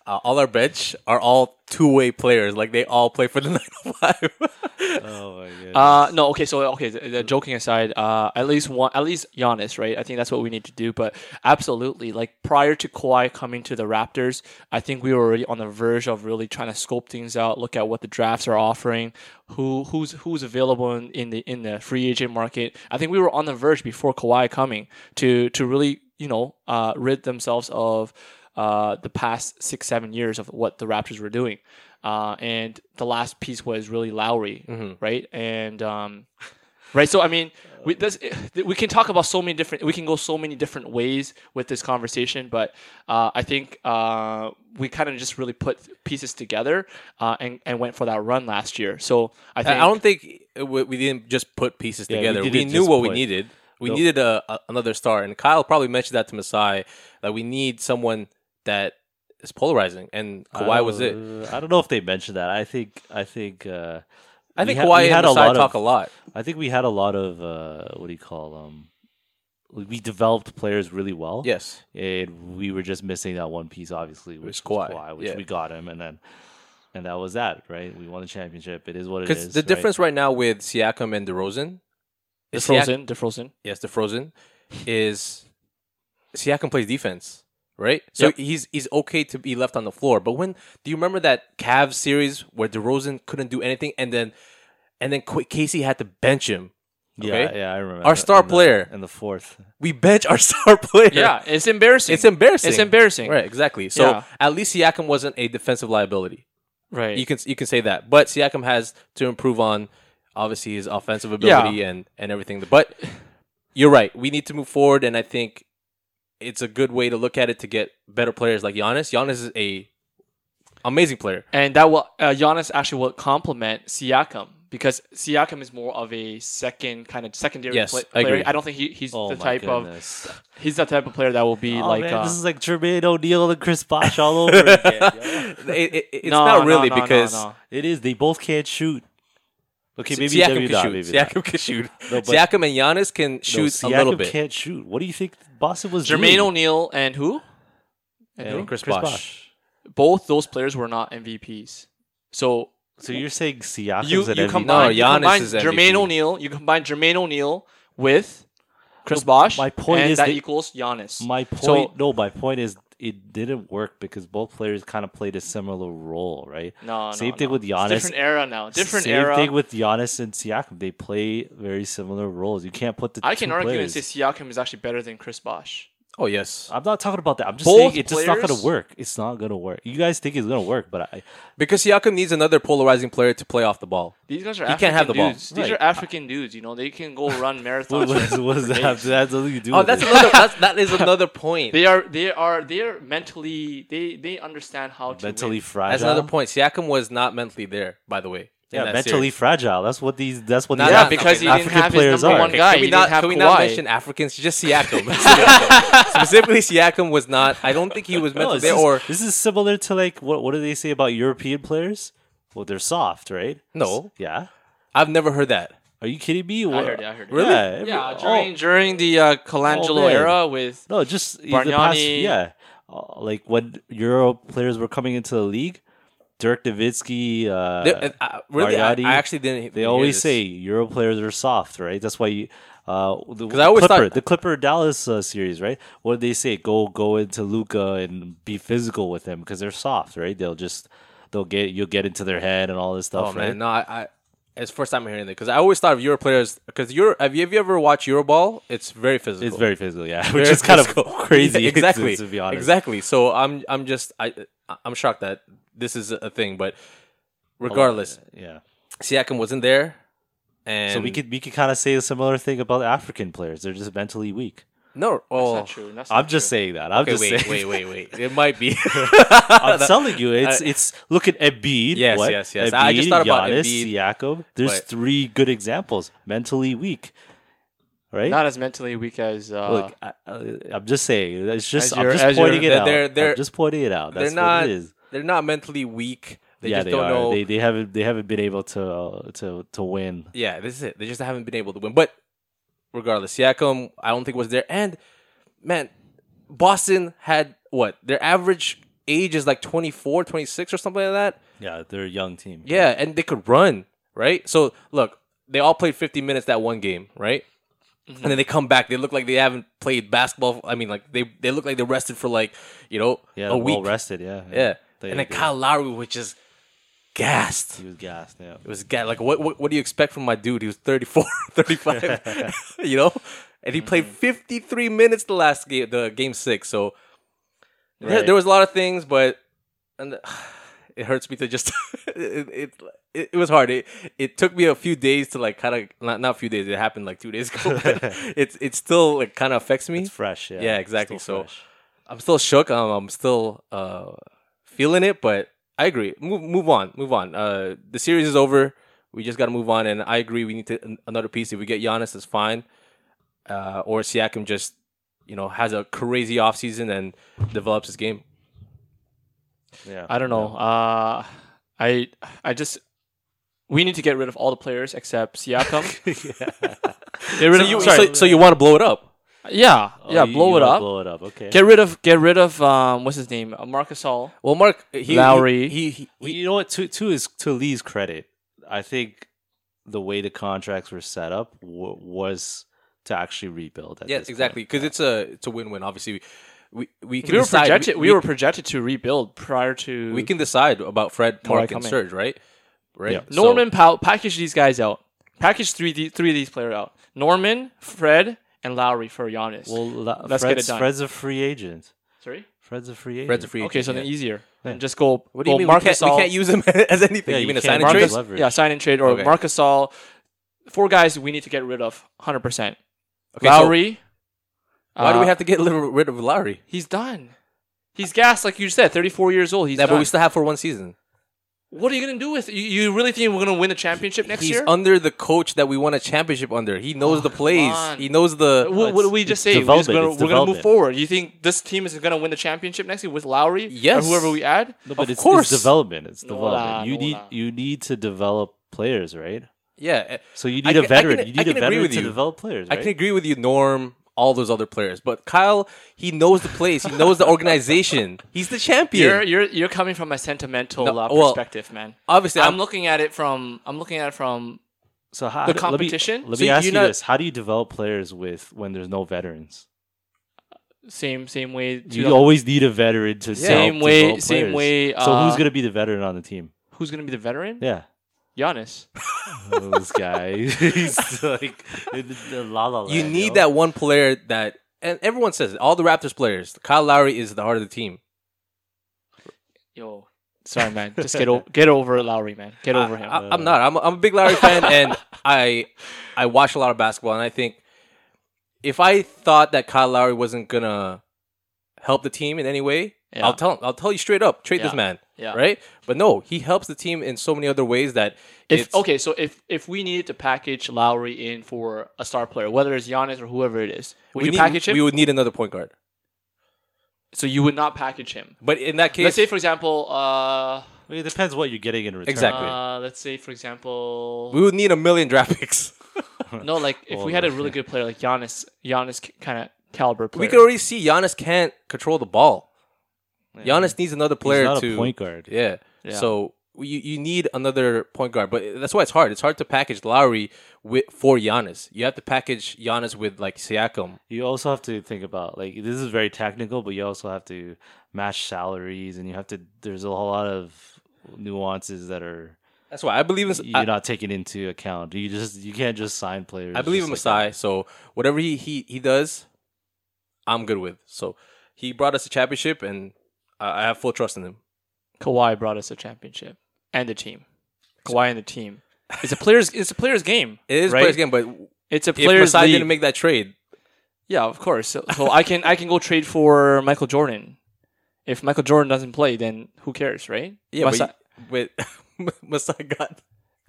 Speaker 2: uh, all our bench are all two way players. Like they all play for the 905.
Speaker 1: oh my goodness.
Speaker 3: Uh, no, okay, so okay, th- th- joking aside, uh, at least one, at least Giannis, right? I think that's what we need to do. But absolutely, like prior to Kawhi coming to the Raptors, I think we were already on the verge of really trying to scope things out, look at what the drafts are offering, who who's who's available in, in the in the free agent market. I think we were on the verge before Kawhi coming to to really you know uh, rid themselves of uh, the past six, seven years of what the Raptors were doing. Uh, and the last piece was really Lowry, right? And um, right? So I mean, we this, we can talk about so many different. We can go so many different ways with this conversation, but uh, I think uh, we kind of just really put pieces together uh, and and went for that run last year. So I
Speaker 2: I
Speaker 3: think
Speaker 2: I don't think we, we didn't just put pieces
Speaker 1: Yeah, we
Speaker 2: together. We,
Speaker 1: didn't
Speaker 2: knew
Speaker 1: just
Speaker 2: what we
Speaker 1: put-
Speaker 2: needed. We
Speaker 1: Nope.
Speaker 2: needed a, a- another star, and Kyle probably mentioned that to Masai that we need someone that is polarizing, and Kawhi was it.
Speaker 1: Uh, I don't know if they mentioned that. I think I think uh,
Speaker 2: I
Speaker 1: we
Speaker 2: think
Speaker 1: ha- we
Speaker 2: Kawhi and
Speaker 1: had a
Speaker 2: Masai
Speaker 1: lot of-
Speaker 2: talk a lot.
Speaker 1: I think we had a lot of uh, what do you call um we- we developed players really well.
Speaker 2: Yes,
Speaker 1: And we were just missing that one piece obviously, which
Speaker 2: was
Speaker 1: was
Speaker 2: Kawhi,
Speaker 1: Kawhi, which
Speaker 2: yeah.
Speaker 1: we got him and then and that was that, right? We won the championship. It is what it
Speaker 2: because
Speaker 1: is.
Speaker 2: the
Speaker 1: right?
Speaker 2: difference right now with Siakam and DeRozan, is
Speaker 3: DeFrozen,
Speaker 2: Siak-
Speaker 3: DeFrozen.
Speaker 2: yes, DeFrozen, is Siakam plays defense, right? So
Speaker 3: Yep.
Speaker 2: he's he's okay to be left on the floor. But when do you remember that Cavs series where DeRozan couldn't do anything, and then and then Qu- Casey had to bench him?
Speaker 1: Yeah,
Speaker 2: okay?
Speaker 1: yeah, I remember.
Speaker 2: Our star
Speaker 1: And the-
Speaker 2: player.
Speaker 1: and the fourth.
Speaker 2: We bench our star player.
Speaker 3: Yeah, it's embarrassing.
Speaker 2: It's embarrassing.
Speaker 3: It's embarrassing.
Speaker 2: Right, exactly. So
Speaker 3: Yeah.
Speaker 2: at least Siakam wasn't a defensive liability.
Speaker 3: right.
Speaker 2: You can you can say that. But Siakam has to improve on obviously his offensive ability and and everything. But you're right. We need to move forward, and I think it's a good way to look at it to get better players like Giannis. Giannis is a amazing player.
Speaker 3: And that will uh, Giannis actually will complement Siakam because Siakam is more of a second kind of secondary
Speaker 2: Yes,
Speaker 3: pla-
Speaker 2: I
Speaker 3: player.
Speaker 2: agree.
Speaker 3: I don't think he, he's
Speaker 1: Oh
Speaker 3: the
Speaker 1: my
Speaker 3: type
Speaker 1: goodness.
Speaker 3: of he's the type of player that will be
Speaker 1: Oh,
Speaker 3: like
Speaker 1: man,
Speaker 3: uh,
Speaker 1: this is like Jermaine O'Neal and Chris Bosh all over again. yo.
Speaker 2: It- it- it's
Speaker 3: no,
Speaker 2: not
Speaker 3: no,
Speaker 2: really
Speaker 3: no, no,
Speaker 2: because
Speaker 3: no.
Speaker 1: It is. They both can't shoot. Okay, maybe
Speaker 2: Siakam
Speaker 1: W
Speaker 2: can
Speaker 1: dot,
Speaker 2: shoot.
Speaker 1: maybe
Speaker 2: Siakam
Speaker 1: not.
Speaker 2: can shoot.
Speaker 1: No, but-
Speaker 2: Siakam and Giannis can
Speaker 1: No,
Speaker 2: shoot a
Speaker 1: Siakam
Speaker 2: little bit.
Speaker 1: Can't shoot. What do you think Boston was?
Speaker 3: Jermaine
Speaker 1: doing?
Speaker 3: O'Neal and who?
Speaker 2: And Chris,
Speaker 1: Chris
Speaker 2: Bosh.
Speaker 1: Bosh.
Speaker 3: Both those players were not MVPs. So
Speaker 1: So you're saying Siakam's
Speaker 3: you
Speaker 1: an
Speaker 3: you
Speaker 1: MVP?
Speaker 3: combine,
Speaker 2: No,
Speaker 3: you
Speaker 2: Giannis
Speaker 3: combine
Speaker 2: is MVP.
Speaker 3: Jermaine O'Neal, you combine Jermaine O'Neal with Chris Bosh.
Speaker 1: my point
Speaker 3: and
Speaker 1: is
Speaker 3: that
Speaker 1: that-
Speaker 3: equals Giannis.
Speaker 1: My point, no, my point is it didn't work because both players kind of played a similar role, right?
Speaker 3: no, no,
Speaker 1: same thing
Speaker 3: no.
Speaker 1: with
Speaker 3: It's
Speaker 1: Giannis.
Speaker 3: different era now. Different
Speaker 1: Same
Speaker 3: era.
Speaker 1: thing with Giannis and Siakam. They play very similar roles. You can't put the.
Speaker 3: I
Speaker 1: two
Speaker 3: can argue
Speaker 1: players.
Speaker 3: and say Siakam is actually better than Chris Bosh.
Speaker 2: Oh yes,
Speaker 1: I'm not talking about that. I'm just
Speaker 3: Both
Speaker 1: saying it's just not going
Speaker 3: players-
Speaker 1: to work. It's not going to work. You guys think it's going to work, but I
Speaker 2: because Siakam needs another polarizing player to play off the ball.
Speaker 3: These guys are
Speaker 2: He
Speaker 3: African
Speaker 2: can't have the ball.
Speaker 3: dudes.
Speaker 1: Right.
Speaker 3: These are African dudes. You know, they can go run
Speaker 1: what,
Speaker 3: marathons.
Speaker 1: what, what does that have that has nothing to do?
Speaker 2: Oh,
Speaker 1: with
Speaker 2: that's
Speaker 1: it.
Speaker 2: another. That's, that is another point.
Speaker 3: they are. They are. They are mentally. They they understand how to
Speaker 1: mentally
Speaker 3: win.
Speaker 1: fragile.
Speaker 2: That's another point. Siakam was not mentally there, by the way. in
Speaker 1: Yeah,
Speaker 2: that
Speaker 1: mentally
Speaker 2: series.
Speaker 1: fragile. That's what these. That's what
Speaker 2: Not-
Speaker 1: these
Speaker 2: not-
Speaker 3: Yeah,
Speaker 1: Af-
Speaker 3: because he didn't
Speaker 1: African
Speaker 3: have his
Speaker 1: players
Speaker 3: number
Speaker 1: are.
Speaker 3: one guy.
Speaker 2: Can we
Speaker 3: he
Speaker 2: not,
Speaker 3: didn't have
Speaker 2: can we
Speaker 3: Kawhi.
Speaker 2: not mention Africans? Just Siakam. Specifically, Siakam was not. I don't think he was
Speaker 1: No,
Speaker 2: mentally
Speaker 1: this,
Speaker 2: there.
Speaker 1: is,
Speaker 2: Or
Speaker 1: this is similar to like what? What do they say about European players? Well, they're soft, right?
Speaker 2: No.
Speaker 1: Yeah.
Speaker 2: I've never heard that.
Speaker 1: Are you kidding me?
Speaker 3: I heard it. I heard it.
Speaker 1: Really? every-
Speaker 3: Yeah,
Speaker 1: oh,
Speaker 3: during during the uh, Colangelo
Speaker 1: Oh, man.
Speaker 3: era with
Speaker 1: no, just in the past.
Speaker 3: Bargnani.
Speaker 1: Yeah. Uh, Like when Euro players were coming into the league, Dirk Nowitzki. Uh,
Speaker 2: There- uh, I- really, I,
Speaker 1: Bargnani,
Speaker 2: I actually didn't.
Speaker 1: They always say Euro players are soft, right? That's why you. Uh, the
Speaker 2: 'Cause I always
Speaker 1: Clipper,
Speaker 2: thought-
Speaker 1: the Clipper Dallas uh, series, right? What did they say? Go go into Luca and be physical with him because they're soft, right? They'll just they'll get you'll get into their head and all this stuff,
Speaker 2: Oh
Speaker 1: right?
Speaker 2: man, no, I. I it's the first time I'm hearing that because I always thought of Euro players because Euro. Have you, have you ever watched Euroball? It's very physical.
Speaker 1: It's very physical, yeah,
Speaker 2: Very
Speaker 1: which is kind
Speaker 2: physical.
Speaker 1: of crazy,
Speaker 2: Yeah, exactly.
Speaker 1: to, to be honest.
Speaker 2: exactly. So I'm I'm just I I'm shocked that this is a thing, but regardless,
Speaker 1: Oh, Yeah.
Speaker 2: Siakam wasn't there, and
Speaker 1: So we could we could kind of say a similar thing about African players. They're just mentally weak.
Speaker 2: no.
Speaker 3: That's
Speaker 2: Oh,
Speaker 3: not true. That's
Speaker 1: I'm
Speaker 3: not
Speaker 1: just
Speaker 3: true.
Speaker 1: saying that. I'm
Speaker 2: okay,
Speaker 1: just
Speaker 2: wait,
Speaker 1: saying.
Speaker 2: wait, wait, wait. It might be.
Speaker 1: I'm telling you, it's it's look at Embiid.
Speaker 2: Yes,
Speaker 1: what?
Speaker 2: yes, yes. I
Speaker 1: Embiid,
Speaker 2: just thought about
Speaker 1: Giannis,
Speaker 2: Embiid,
Speaker 1: Siakam. There's
Speaker 2: but-
Speaker 1: three good examples. Mentally weak, right?
Speaker 3: not as mentally weak as uh,
Speaker 1: look, I, I, I'm just saying. It's just
Speaker 3: As
Speaker 1: I'm
Speaker 3: your-
Speaker 1: just
Speaker 3: as your-
Speaker 1: pointing it
Speaker 2: They're-
Speaker 1: out.
Speaker 2: they're- they're-
Speaker 1: I'm just pointing it out.
Speaker 2: they're
Speaker 1: That's
Speaker 2: not.
Speaker 1: what it is.
Speaker 2: They're not mentally weak. They
Speaker 1: yeah,
Speaker 2: just
Speaker 1: they
Speaker 2: don't
Speaker 1: are.
Speaker 2: know.
Speaker 1: They they haven't they haven't been able to uh, to to win.
Speaker 2: yeah, this is it. They just haven't been able to win. But regardless, Siakam, I don't think was there. And man, Boston had what their average age is like 24, 26 or something like that.
Speaker 1: Yeah, they're a young team.
Speaker 2: Yeah, and they could run, right? So look, they all played 50 minutes that one game, right?
Speaker 1: Mm-hmm.
Speaker 2: And then they come back. They look like they haven't played basketball. I mean, like they they look like they rested for like you know
Speaker 1: yeah,
Speaker 2: a
Speaker 1: well
Speaker 2: week.
Speaker 1: rested. Yeah,
Speaker 2: yeah,
Speaker 1: They-
Speaker 2: and then
Speaker 1: they-
Speaker 2: Kyle Lowry was just gassed.
Speaker 1: he was gassed. Yeah,
Speaker 2: It was ga- like what, what what do you expect from my dude? He was 34, 35, you know, and he played 53 minutes the last game, the game six. So yeah,
Speaker 3: Right.
Speaker 2: there was a lot of things, but and It hurts me to just. it, it, it it was hard. It it took me a few days to like kind of not not a few days. It happened like two days ago. But it's it still like kind of affects me.
Speaker 1: It's fresh. Yeah.
Speaker 2: Yeah, exactly.
Speaker 1: Still
Speaker 2: So-
Speaker 1: fresh.
Speaker 2: I'm still shook. Um, I'm still uh feeling it, but I agree. Move move on, move on. Uh, the series is over. We just got to move on, and I agree. We need to an- another piece. If we get Giannis, it's fine. Uh, or Siakam just you know has a crazy offseason and develops his game.
Speaker 1: yeah.
Speaker 3: I don't know. Uh, I I just we need to get rid of all the players except Siakam. get rid
Speaker 2: So
Speaker 3: of
Speaker 2: you
Speaker 3: sorry.
Speaker 2: so, so you want to blow it up?
Speaker 3: yeah,
Speaker 1: Oh, you-
Speaker 3: yeah. Uh, blow
Speaker 1: you
Speaker 3: it
Speaker 1: wanna
Speaker 3: up.
Speaker 1: Blow it up. Okay.
Speaker 3: Get rid of get rid of um what's his name uh, Marcus All.
Speaker 2: Well, Mark he,
Speaker 3: Lowry.
Speaker 2: He, he,
Speaker 1: Well,
Speaker 2: he,
Speaker 1: you know what? To to his to Lee's credit, I think the way the contracts were set up w- was to actually rebuild. At
Speaker 2: yes,
Speaker 1: this point.
Speaker 2: exactly. Because it's a it's a win win. Obviously, we we, we can
Speaker 3: We were
Speaker 2: decide-
Speaker 3: projected we, were projected to rebuild prior to
Speaker 2: we can decide about Fred, Mark, and
Speaker 3: Coming.
Speaker 2: Serge, right? Right.
Speaker 1: Yeah.
Speaker 2: So-
Speaker 3: Norman Powell package these guys out. Package three D, three of these players out. Norman, Fred, and Lowry for Giannis.
Speaker 1: Well, la-
Speaker 3: Let's get
Speaker 1: Fred's,
Speaker 3: it done.
Speaker 1: Fred's a free agent.
Speaker 3: Sorry.
Speaker 1: Fred's a free agent.
Speaker 2: Fred's a free
Speaker 3: Okay,
Speaker 2: agent,
Speaker 3: so then
Speaker 2: yeah.
Speaker 3: easier.
Speaker 1: Yeah.
Speaker 3: Just go.
Speaker 2: What do you
Speaker 3: go
Speaker 2: mean we
Speaker 3: Marcus
Speaker 2: can't, we
Speaker 3: All-
Speaker 2: can't use him as anything?
Speaker 1: Yeah,
Speaker 2: you
Speaker 1: you
Speaker 2: mean a
Speaker 1: can't.
Speaker 2: sign and
Speaker 1: Marcus-
Speaker 2: trade?
Speaker 3: Marcus,
Speaker 1: leverage.
Speaker 3: yeah, sign and trade or
Speaker 2: Okay.
Speaker 3: Marcus All. Four guys we need to get rid of, hundred percent.
Speaker 2: Okay, so
Speaker 3: Lowry.
Speaker 2: why do we
Speaker 3: uh,
Speaker 2: have to get li- rid of Lowry?
Speaker 3: He's done. He's gassed, like you said. Thirty-four years old. He's
Speaker 2: Yeah, but
Speaker 3: done.
Speaker 2: we still have for one season.
Speaker 3: what are you gonna do with? You, you really think we're gonna win the championship next
Speaker 2: He's
Speaker 3: year? Oh,
Speaker 2: under the coach that we won a championship under. He knows the plays.
Speaker 3: on.
Speaker 2: He knows the.
Speaker 3: what, what did we just
Speaker 1: it's
Speaker 3: say? We're, just
Speaker 1: development,
Speaker 3: gonna,
Speaker 1: it's
Speaker 3: we're gonna move
Speaker 1: development.
Speaker 3: forward. You think this team is gonna win the championship next year with Lowry?
Speaker 2: Yes.
Speaker 3: Or whoever we add?
Speaker 1: No,
Speaker 2: Of
Speaker 1: but it's,
Speaker 2: course.
Speaker 1: it's development. It's
Speaker 3: No
Speaker 1: development.
Speaker 3: lah,
Speaker 1: you
Speaker 3: no
Speaker 1: need
Speaker 3: lah.
Speaker 1: you need to develop players, right?
Speaker 2: yeah, eh,
Speaker 1: So you
Speaker 2: I
Speaker 1: need
Speaker 2: can-
Speaker 1: a
Speaker 2: I
Speaker 1: veteran.
Speaker 2: can-
Speaker 1: you
Speaker 2: I
Speaker 1: need a
Speaker 2: can agree
Speaker 1: veteran
Speaker 2: with
Speaker 1: to
Speaker 2: you.
Speaker 1: develop players,
Speaker 2: I
Speaker 1: right?
Speaker 2: can agree with you, Norm. All those other players, but Kyle, he knows the plays. He knows the organization. He's the champion.
Speaker 3: You're you're you're coming from a sentimental
Speaker 2: No,
Speaker 3: uh,
Speaker 2: well,
Speaker 3: perspective, man.
Speaker 2: Obviously,
Speaker 3: I'm
Speaker 2: I'm.
Speaker 3: looking at it from I'm looking at it from
Speaker 1: So how
Speaker 3: The
Speaker 1: do- Let
Speaker 3: competition?
Speaker 1: me, let
Speaker 2: So
Speaker 1: me ask
Speaker 2: you're
Speaker 1: you
Speaker 2: not-
Speaker 1: this: How do you develop players with when there's no veterans?
Speaker 3: same same way.
Speaker 1: You
Speaker 3: 2000
Speaker 1: always need a veteran to
Speaker 3: Same
Speaker 1: help
Speaker 3: way-
Speaker 1: develop
Speaker 3: same
Speaker 1: players.
Speaker 3: way,
Speaker 1: so who's
Speaker 3: uh,
Speaker 1: gonna be the veteran on the team?
Speaker 3: Who's gonna be the veteran?
Speaker 1: Yeah,
Speaker 3: Giannis.
Speaker 1: Oh, this guy. He's like in the la la.
Speaker 2: You
Speaker 1: land, yo.
Speaker 2: need that one player that, and everyone says it, all the Raptors players. Kyle Lowry is the heart of the team.
Speaker 3: Yo, sorry, man. Just get o- get over Lowry, man. Get over him.
Speaker 2: I, am not. I'm, I'm a big Larry fan, and I I watch a lot of basketball, and I think if I thought that Kyle Lowry wasn't gonna help the team in any way,
Speaker 3: Yeah.
Speaker 2: I'll tell I'll tell you straight up, trade this
Speaker 3: Yeah.
Speaker 2: man,
Speaker 3: Yeah.
Speaker 2: right? But no, he helps the team in so many other ways that
Speaker 3: If
Speaker 2: it's
Speaker 3: okay, so if if we needed to package Lowry in for a star player, whether it's Giannis or whoever it is, would
Speaker 2: we
Speaker 3: you
Speaker 2: need-
Speaker 3: package him?
Speaker 2: We would need another point guard,
Speaker 3: so you would not package him.
Speaker 2: but in that case,
Speaker 3: Let's say, for example, uh,
Speaker 1: Well, It depends what you're getting in return.
Speaker 2: Exactly.
Speaker 3: uh let's say, for example,
Speaker 2: we would need a million draft picks.
Speaker 3: no, like if we had a really good player like Giannis, Giannis kind of caliber player.
Speaker 2: we could already see Giannis can't control the ball. Giannis needs another player
Speaker 1: He's not
Speaker 2: to
Speaker 1: a point guard.
Speaker 2: Yeah.
Speaker 3: Yeah.
Speaker 2: So you you need another point guard, but that's why it's hard. It's hard to package Lowry with for Giannis. You have to package Giannis with like Siakam.
Speaker 1: You also have to think about like this is very technical, but you also have to match salaries, and you have to. There's a whole lot of nuances that are
Speaker 2: That's why I believe in
Speaker 1: you're
Speaker 2: I,
Speaker 1: not taking into account. You just you can't just sign players.
Speaker 2: I believe in
Speaker 1: just
Speaker 2: Masai. So whatever he, he he does, I'm good with. So he brought us a championship, and I, I have full trust in him.
Speaker 3: Kawhi brought us a championship and the team. Kawhi and the team. It's a player's. It's a player's game.
Speaker 2: It is
Speaker 3: right?
Speaker 2: players game, but
Speaker 3: It's a
Speaker 2: if
Speaker 3: player's
Speaker 2: Masai
Speaker 3: league.
Speaker 2: didn't make that trade,
Speaker 3: Yeah, of course. So, so I can I can go trade for Michael Jordan. If Michael Jordan doesn't play, then who cares, right?
Speaker 2: yeah,
Speaker 3: Masai,
Speaker 2: but, you- but Masai got.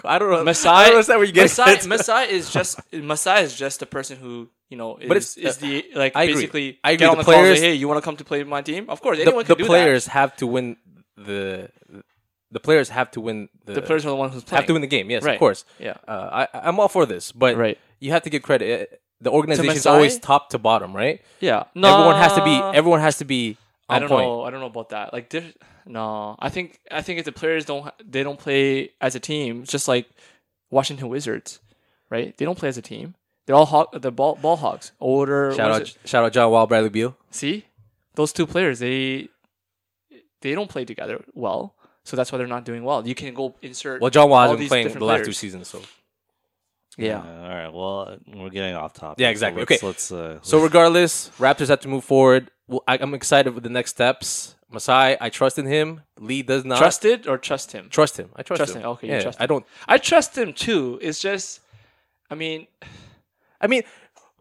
Speaker 2: I don't know.
Speaker 3: Masai,
Speaker 2: I don't understand where you get
Speaker 3: Masai,
Speaker 2: it.
Speaker 3: Masai is just Masai is just the person who you know is,
Speaker 2: But it's-
Speaker 3: is the like
Speaker 2: I agree.
Speaker 3: basically
Speaker 2: I agree.
Speaker 3: get on
Speaker 2: The
Speaker 3: the, call and
Speaker 2: players-
Speaker 3: say, hey, you want to come to play my team? Of course,
Speaker 2: the,
Speaker 3: anyone
Speaker 2: the
Speaker 3: can do
Speaker 2: players have to win the the players have to win the,
Speaker 3: that. The players are the one who's playing.
Speaker 2: have to win the game. Yes,
Speaker 3: Right.
Speaker 2: of course.
Speaker 3: Yeah.
Speaker 2: Uh, I I'm all for this, but
Speaker 3: Right.
Speaker 2: you have to give credit. Uh, The organization is
Speaker 3: Masai?
Speaker 2: always top to bottom, right?
Speaker 3: Yeah, no,
Speaker 2: Everyone has to be. Everyone has to be on
Speaker 3: I don't
Speaker 2: point.
Speaker 3: know. I don't know about that. Like, there- no, I think I think if the players don't ha- they don't play as a team, just like Washington Wizards, right? They don't play as a team. They're all hog, the ball ball hogs. Older
Speaker 2: Shout
Speaker 3: what
Speaker 2: out,
Speaker 3: is
Speaker 2: shout out, John Wall, Bradley
Speaker 3: it?
Speaker 2: Beal.
Speaker 3: See, those two players they they don't play together well, so that's why they're not doing well. You can go insert.
Speaker 2: Well, John Wall
Speaker 3: all
Speaker 2: has been
Speaker 3: these
Speaker 2: playing the
Speaker 3: different
Speaker 2: last two
Speaker 3: players.
Speaker 2: seasons, so
Speaker 3: Yeah.
Speaker 1: all right. Well, we're getting off topic.
Speaker 2: Yeah,
Speaker 1: so
Speaker 2: exactly.
Speaker 1: let's-
Speaker 2: Okay.
Speaker 1: Let's. Uh,
Speaker 2: so regardless, Raptors have to move forward. Well, I, I'm excited with the next steps. Masai, I trust in him. Lee does not trust,
Speaker 3: Trusted or trust him?
Speaker 2: trust him. I trust,
Speaker 3: Trust
Speaker 2: him.
Speaker 3: him. Okay, you
Speaker 2: yeah,
Speaker 3: trust
Speaker 2: I don't.
Speaker 3: I trust him too. It's just, I mean,
Speaker 2: I mean,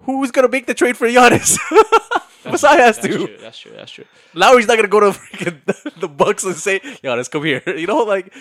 Speaker 2: who's gonna make the trade for Giannis? Masai has
Speaker 3: that's
Speaker 2: to.
Speaker 3: true. That's true. That's true.
Speaker 2: Lowry's not gonna go to freaking the Bucks and say, "Giannis, come here." You know, like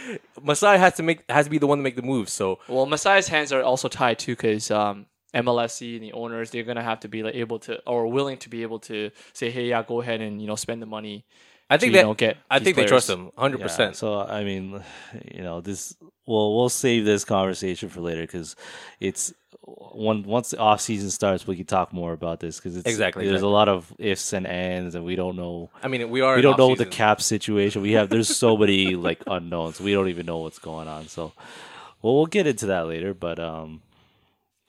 Speaker 2: Masai has to make has to be the one to make the move. So
Speaker 3: Well, Masai's hands are also tied too, because um, MLSC and the owners they're gonna have to be like able to or willing to be able to say, hey, yeah, go ahead and you know spend the money.
Speaker 2: I think
Speaker 3: to, you
Speaker 2: that
Speaker 3: know, get
Speaker 2: I
Speaker 3: these
Speaker 2: think they
Speaker 3: players.
Speaker 2: trust him 100.
Speaker 1: Yeah,
Speaker 2: percent
Speaker 1: So I mean, you know, this we'll we'll save this conversation for later because it's one once the off season starts, we can talk more about this because
Speaker 2: Exactly,
Speaker 1: there's
Speaker 2: exactly.
Speaker 1: a lot of ifs and ands, and we don't know.
Speaker 2: I mean, we are.
Speaker 1: We
Speaker 2: in
Speaker 1: don't know the
Speaker 2: offseason.
Speaker 1: cap situation. We have there's so many like unknowns. We don't even know what's going on. So, well, we'll get into that later. But um,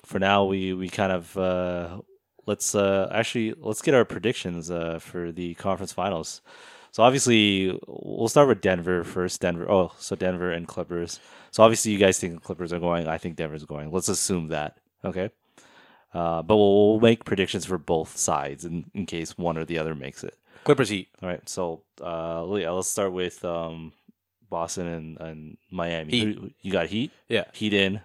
Speaker 1: for now, we we kind of uh, let's uh, actually let's get our predictions uh, for the conference finals. So obviously, we'll start with Denver first. Denver. Oh, so Denver and Clippers. So obviously, you guys think the Clippers are going. I think Denver's going. Let's assume that. Okay. Uh, but we'll, we'll make predictions for both sides in, in case one or the other makes it.
Speaker 2: Clippers Heat.
Speaker 1: All right, so uh, yeah, let's start with um, Boston and, and Miami.
Speaker 2: Heat.
Speaker 1: Who- You got Heat,
Speaker 2: Yeah,
Speaker 1: Heat in,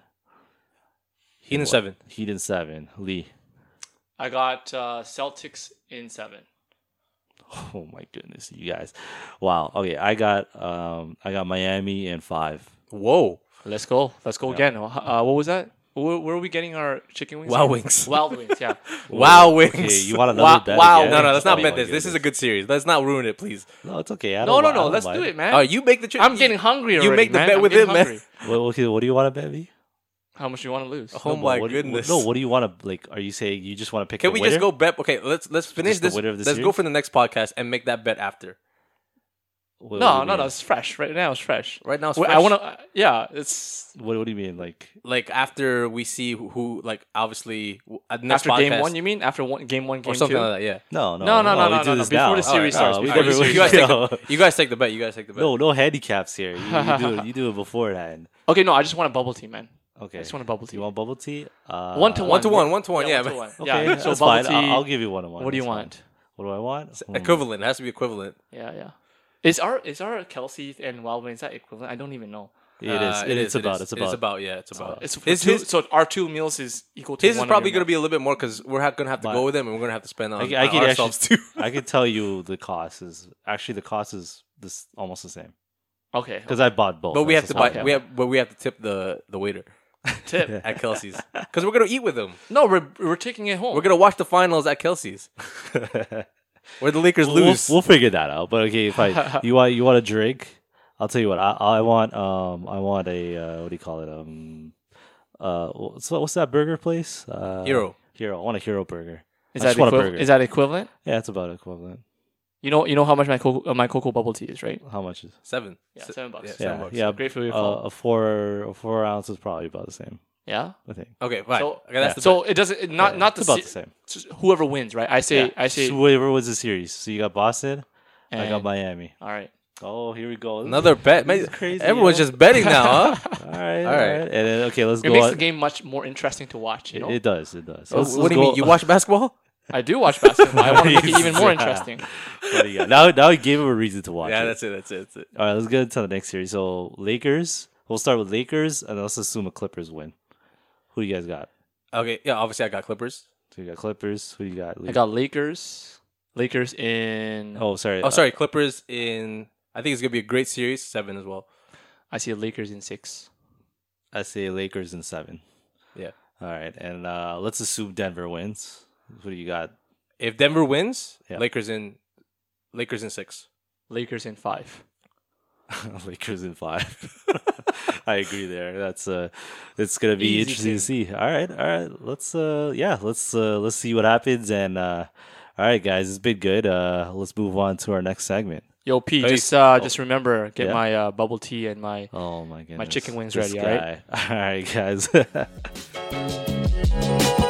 Speaker 2: Heat and
Speaker 1: What?
Speaker 2: seven.
Speaker 1: Heat in seven. Lee,
Speaker 3: I got uh, Celtics in seven.
Speaker 1: oh my goodness, you guys, wow. Okay, I got um, I got Miami in five.
Speaker 2: Whoa,
Speaker 3: Let's go. Let's go again. Uh, what was that? Where, where are we getting our chicken wings?
Speaker 2: Wow
Speaker 3: from?
Speaker 2: Wings.
Speaker 3: Wild wings. Yeah.
Speaker 2: Wow, wings.
Speaker 1: Okay, you want another
Speaker 3: Wow-
Speaker 1: bet?
Speaker 3: wow.
Speaker 1: again?
Speaker 2: No, no, let's
Speaker 1: Oh
Speaker 2: not
Speaker 1: my
Speaker 2: bet this. This is a
Speaker 1: goodness.
Speaker 2: good series. Let's not ruin it, please.
Speaker 1: No, it's okay. I don't
Speaker 3: No, no,
Speaker 1: mi- I
Speaker 3: no.
Speaker 1: don't
Speaker 3: Let's
Speaker 1: mind
Speaker 3: do it, man.
Speaker 2: All right, Oh, you make the. Tri-
Speaker 3: I'm getting hungry already.
Speaker 2: You make the
Speaker 3: man.
Speaker 2: bet
Speaker 3: I'm
Speaker 2: with
Speaker 3: getting
Speaker 2: him, man.
Speaker 3: hungry.
Speaker 1: Well, okay, what do you want to bet me?
Speaker 3: How much do you want to lose?
Speaker 2: Oh
Speaker 1: but
Speaker 2: my
Speaker 1: what do you-
Speaker 2: goodness.
Speaker 1: no, what do you want to like? Are you saying you just want to pick?
Speaker 2: Can
Speaker 1: the
Speaker 2: we
Speaker 1: winner?
Speaker 2: just go bet? Okay, let's let's finish
Speaker 1: Just the
Speaker 2: this.
Speaker 1: winner of the
Speaker 2: Let's go
Speaker 1: series?
Speaker 2: for the next podcast and make that bet after.
Speaker 1: What- what do
Speaker 3: No,
Speaker 1: you
Speaker 3: no, no.
Speaker 1: mean?
Speaker 3: It's fresh. Right now, it's fresh.
Speaker 2: Right now, it's
Speaker 3: Wait, I
Speaker 2: fresh.
Speaker 3: want to. Yeah, it's
Speaker 1: What, what do you mean? Like,
Speaker 2: like after we see who, who like obviously w- at next
Speaker 3: after game
Speaker 2: podcast
Speaker 3: one. You mean after one game one, game
Speaker 2: or something
Speaker 3: two?
Speaker 2: like that. Yeah.
Speaker 1: no,
Speaker 2: uh,
Speaker 1: no,
Speaker 3: No, no, no,
Speaker 1: we
Speaker 3: no,
Speaker 1: do
Speaker 3: no, no,
Speaker 1: this
Speaker 3: before
Speaker 1: now.
Speaker 3: the series
Speaker 1: All right,
Speaker 3: starts,
Speaker 1: we
Speaker 3: before
Speaker 1: never-
Speaker 3: the
Speaker 1: we
Speaker 3: series
Speaker 2: you guys, take
Speaker 1: know.
Speaker 2: the, you guys take the bet. You guys take the bet.
Speaker 1: No, no handicaps here. You, you do it, you do it before then.
Speaker 3: Okay, no. I just want a bubble tea, man.
Speaker 1: Okay.
Speaker 3: I just want a bubble tea.
Speaker 1: you want bubble tea? Uh,
Speaker 3: One to
Speaker 2: one to one,
Speaker 3: Yeah,
Speaker 2: one to one. Yeah,
Speaker 3: one to
Speaker 2: but-
Speaker 3: one.
Speaker 1: Okay,
Speaker 3: Yeah. So
Speaker 1: that's
Speaker 3: bubble
Speaker 1: fine.
Speaker 3: tea.
Speaker 1: I'll, I'll give you one to one.
Speaker 3: What do you
Speaker 1: that's fine.
Speaker 3: want?
Speaker 1: What do I want? Hmm.
Speaker 2: Equivalent it has to be equivalent.
Speaker 3: Yeah, yeah. Is our is our Kelsey and Wild Wings that equivalent? I don't even know.
Speaker 1: It is.
Speaker 2: Uh,
Speaker 1: It, it's about. It's
Speaker 2: It is
Speaker 1: about.
Speaker 2: about. Yeah, it's about.
Speaker 3: It's for
Speaker 2: his,
Speaker 3: two,
Speaker 2: his,
Speaker 3: so our two meals is equal to
Speaker 2: his is
Speaker 3: one
Speaker 2: probably
Speaker 3: going
Speaker 2: going to be a little bit more because we're ha- going to have to
Speaker 1: But-
Speaker 2: go with him and we're going to have to spend on,
Speaker 1: I, I
Speaker 2: on
Speaker 1: could
Speaker 2: ourselves
Speaker 1: actually.
Speaker 2: too.
Speaker 1: I could tell you the cost is actually the cost is this almost the same
Speaker 3: okay.
Speaker 1: because I bought both.
Speaker 2: But we have
Speaker 1: that's
Speaker 2: to buy.
Speaker 1: what's
Speaker 3: okay.
Speaker 2: We have. But we have to tip the the waiter
Speaker 3: Tip.
Speaker 2: at Kelsey's because we're going to eat with him.
Speaker 3: No, we're we're taking it home.
Speaker 2: We're going to watch the finals at Kelsey's
Speaker 1: happening.
Speaker 2: where the Lakers
Speaker 1: we'll,
Speaker 2: lose.
Speaker 1: we'll figure that out. But okay, fine. you want you want a drink? I'll tell you what. I I want um I want a uh, what do you call it um uh what's what's that burger place? Uh,
Speaker 2: Hero.
Speaker 1: Hero. I want a hero burger.
Speaker 3: is
Speaker 1: I
Speaker 3: that
Speaker 1: just want a
Speaker 3: equiv-
Speaker 1: burger.
Speaker 3: is that equivalent?
Speaker 1: Yeah, it's about equivalent.
Speaker 3: You know you know how much my cocoa, uh, my cocoa bubble tea is, right?
Speaker 1: How much is?
Speaker 2: Seven.
Speaker 3: Yeah,
Speaker 2: Se-
Speaker 3: seven bucks.
Speaker 2: Yeah,
Speaker 1: Yeah,
Speaker 2: seven bucks.
Speaker 1: yeah.
Speaker 3: Great for your
Speaker 1: uh,
Speaker 3: call.
Speaker 1: a four a four ounce is probably about the same.
Speaker 3: Yeah.
Speaker 1: I think.
Speaker 2: Okay, fine.
Speaker 3: So-
Speaker 2: okay, that's the
Speaker 3: So it doesn't it, not not the,
Speaker 1: It's about
Speaker 3: se-
Speaker 1: the same.
Speaker 3: s- whoever wins, right? I say I say.
Speaker 1: So whatever was the series. So you got Boston. I got
Speaker 3: and-
Speaker 1: Miami.
Speaker 3: All right.
Speaker 1: Oh, here we go.
Speaker 2: Another bet. Man,
Speaker 1: is crazy,
Speaker 2: Everyone's
Speaker 1: yo.
Speaker 2: just betting now, huh?
Speaker 1: All right. All
Speaker 2: All right.
Speaker 1: right. And then okay, let's
Speaker 3: It
Speaker 1: go.
Speaker 3: makes
Speaker 1: on.
Speaker 3: the game much more interesting to watch. You
Speaker 1: It-
Speaker 3: know,
Speaker 1: It does. It does.
Speaker 2: what
Speaker 1: Let's-
Speaker 2: Oh, what
Speaker 1: let's
Speaker 2: do you mean?
Speaker 1: go-
Speaker 2: You watch basketball?
Speaker 3: I do watch basketball. I want to make it even more
Speaker 1: Yeah.
Speaker 3: interesting.
Speaker 1: What do you got? Now, now we gave him a reason to watch.
Speaker 2: yeah,
Speaker 1: it.
Speaker 2: that's it. That's it. That's it.
Speaker 1: All right, let's get into the next series. So Lakers. We'll start with Lakers, and let's assume a Clippers win. Who you guys got?
Speaker 2: Okay. Yeah. Obviously, I got Clippers.
Speaker 1: So you got Clippers. Who you got?
Speaker 3: I got Lakers. Lakers in.
Speaker 1: Oh, sorry.
Speaker 2: Oh, sorry, Clippers in. I think it's gonna be a great series. Seven as well.
Speaker 3: I see Lakers in six.
Speaker 1: I say Lakers in seven.
Speaker 2: Yeah.
Speaker 1: All right, and uh, let's assume Denver wins. What do you got?
Speaker 2: If Denver wins,
Speaker 1: Yeah.
Speaker 2: Lakers in. Lakers in six.
Speaker 3: Lakers in five.
Speaker 1: Lakers in five. I agree there. That's uh it's gonna be
Speaker 2: Easy
Speaker 1: interesting to see. All right, all right. Let's uh yeah, let's uh let's see what happens and uh all right guys, it's been good. Uh let's move on to our next segment.
Speaker 3: Yo, P,
Speaker 2: Hey.
Speaker 3: just uh, just remember, get
Speaker 1: Oh. Yeah.
Speaker 3: my uh, bubble tea and my.
Speaker 1: Oh my goodness.
Speaker 3: chicken wings
Speaker 1: This
Speaker 3: ready, all right?
Speaker 1: guy. All right, guys.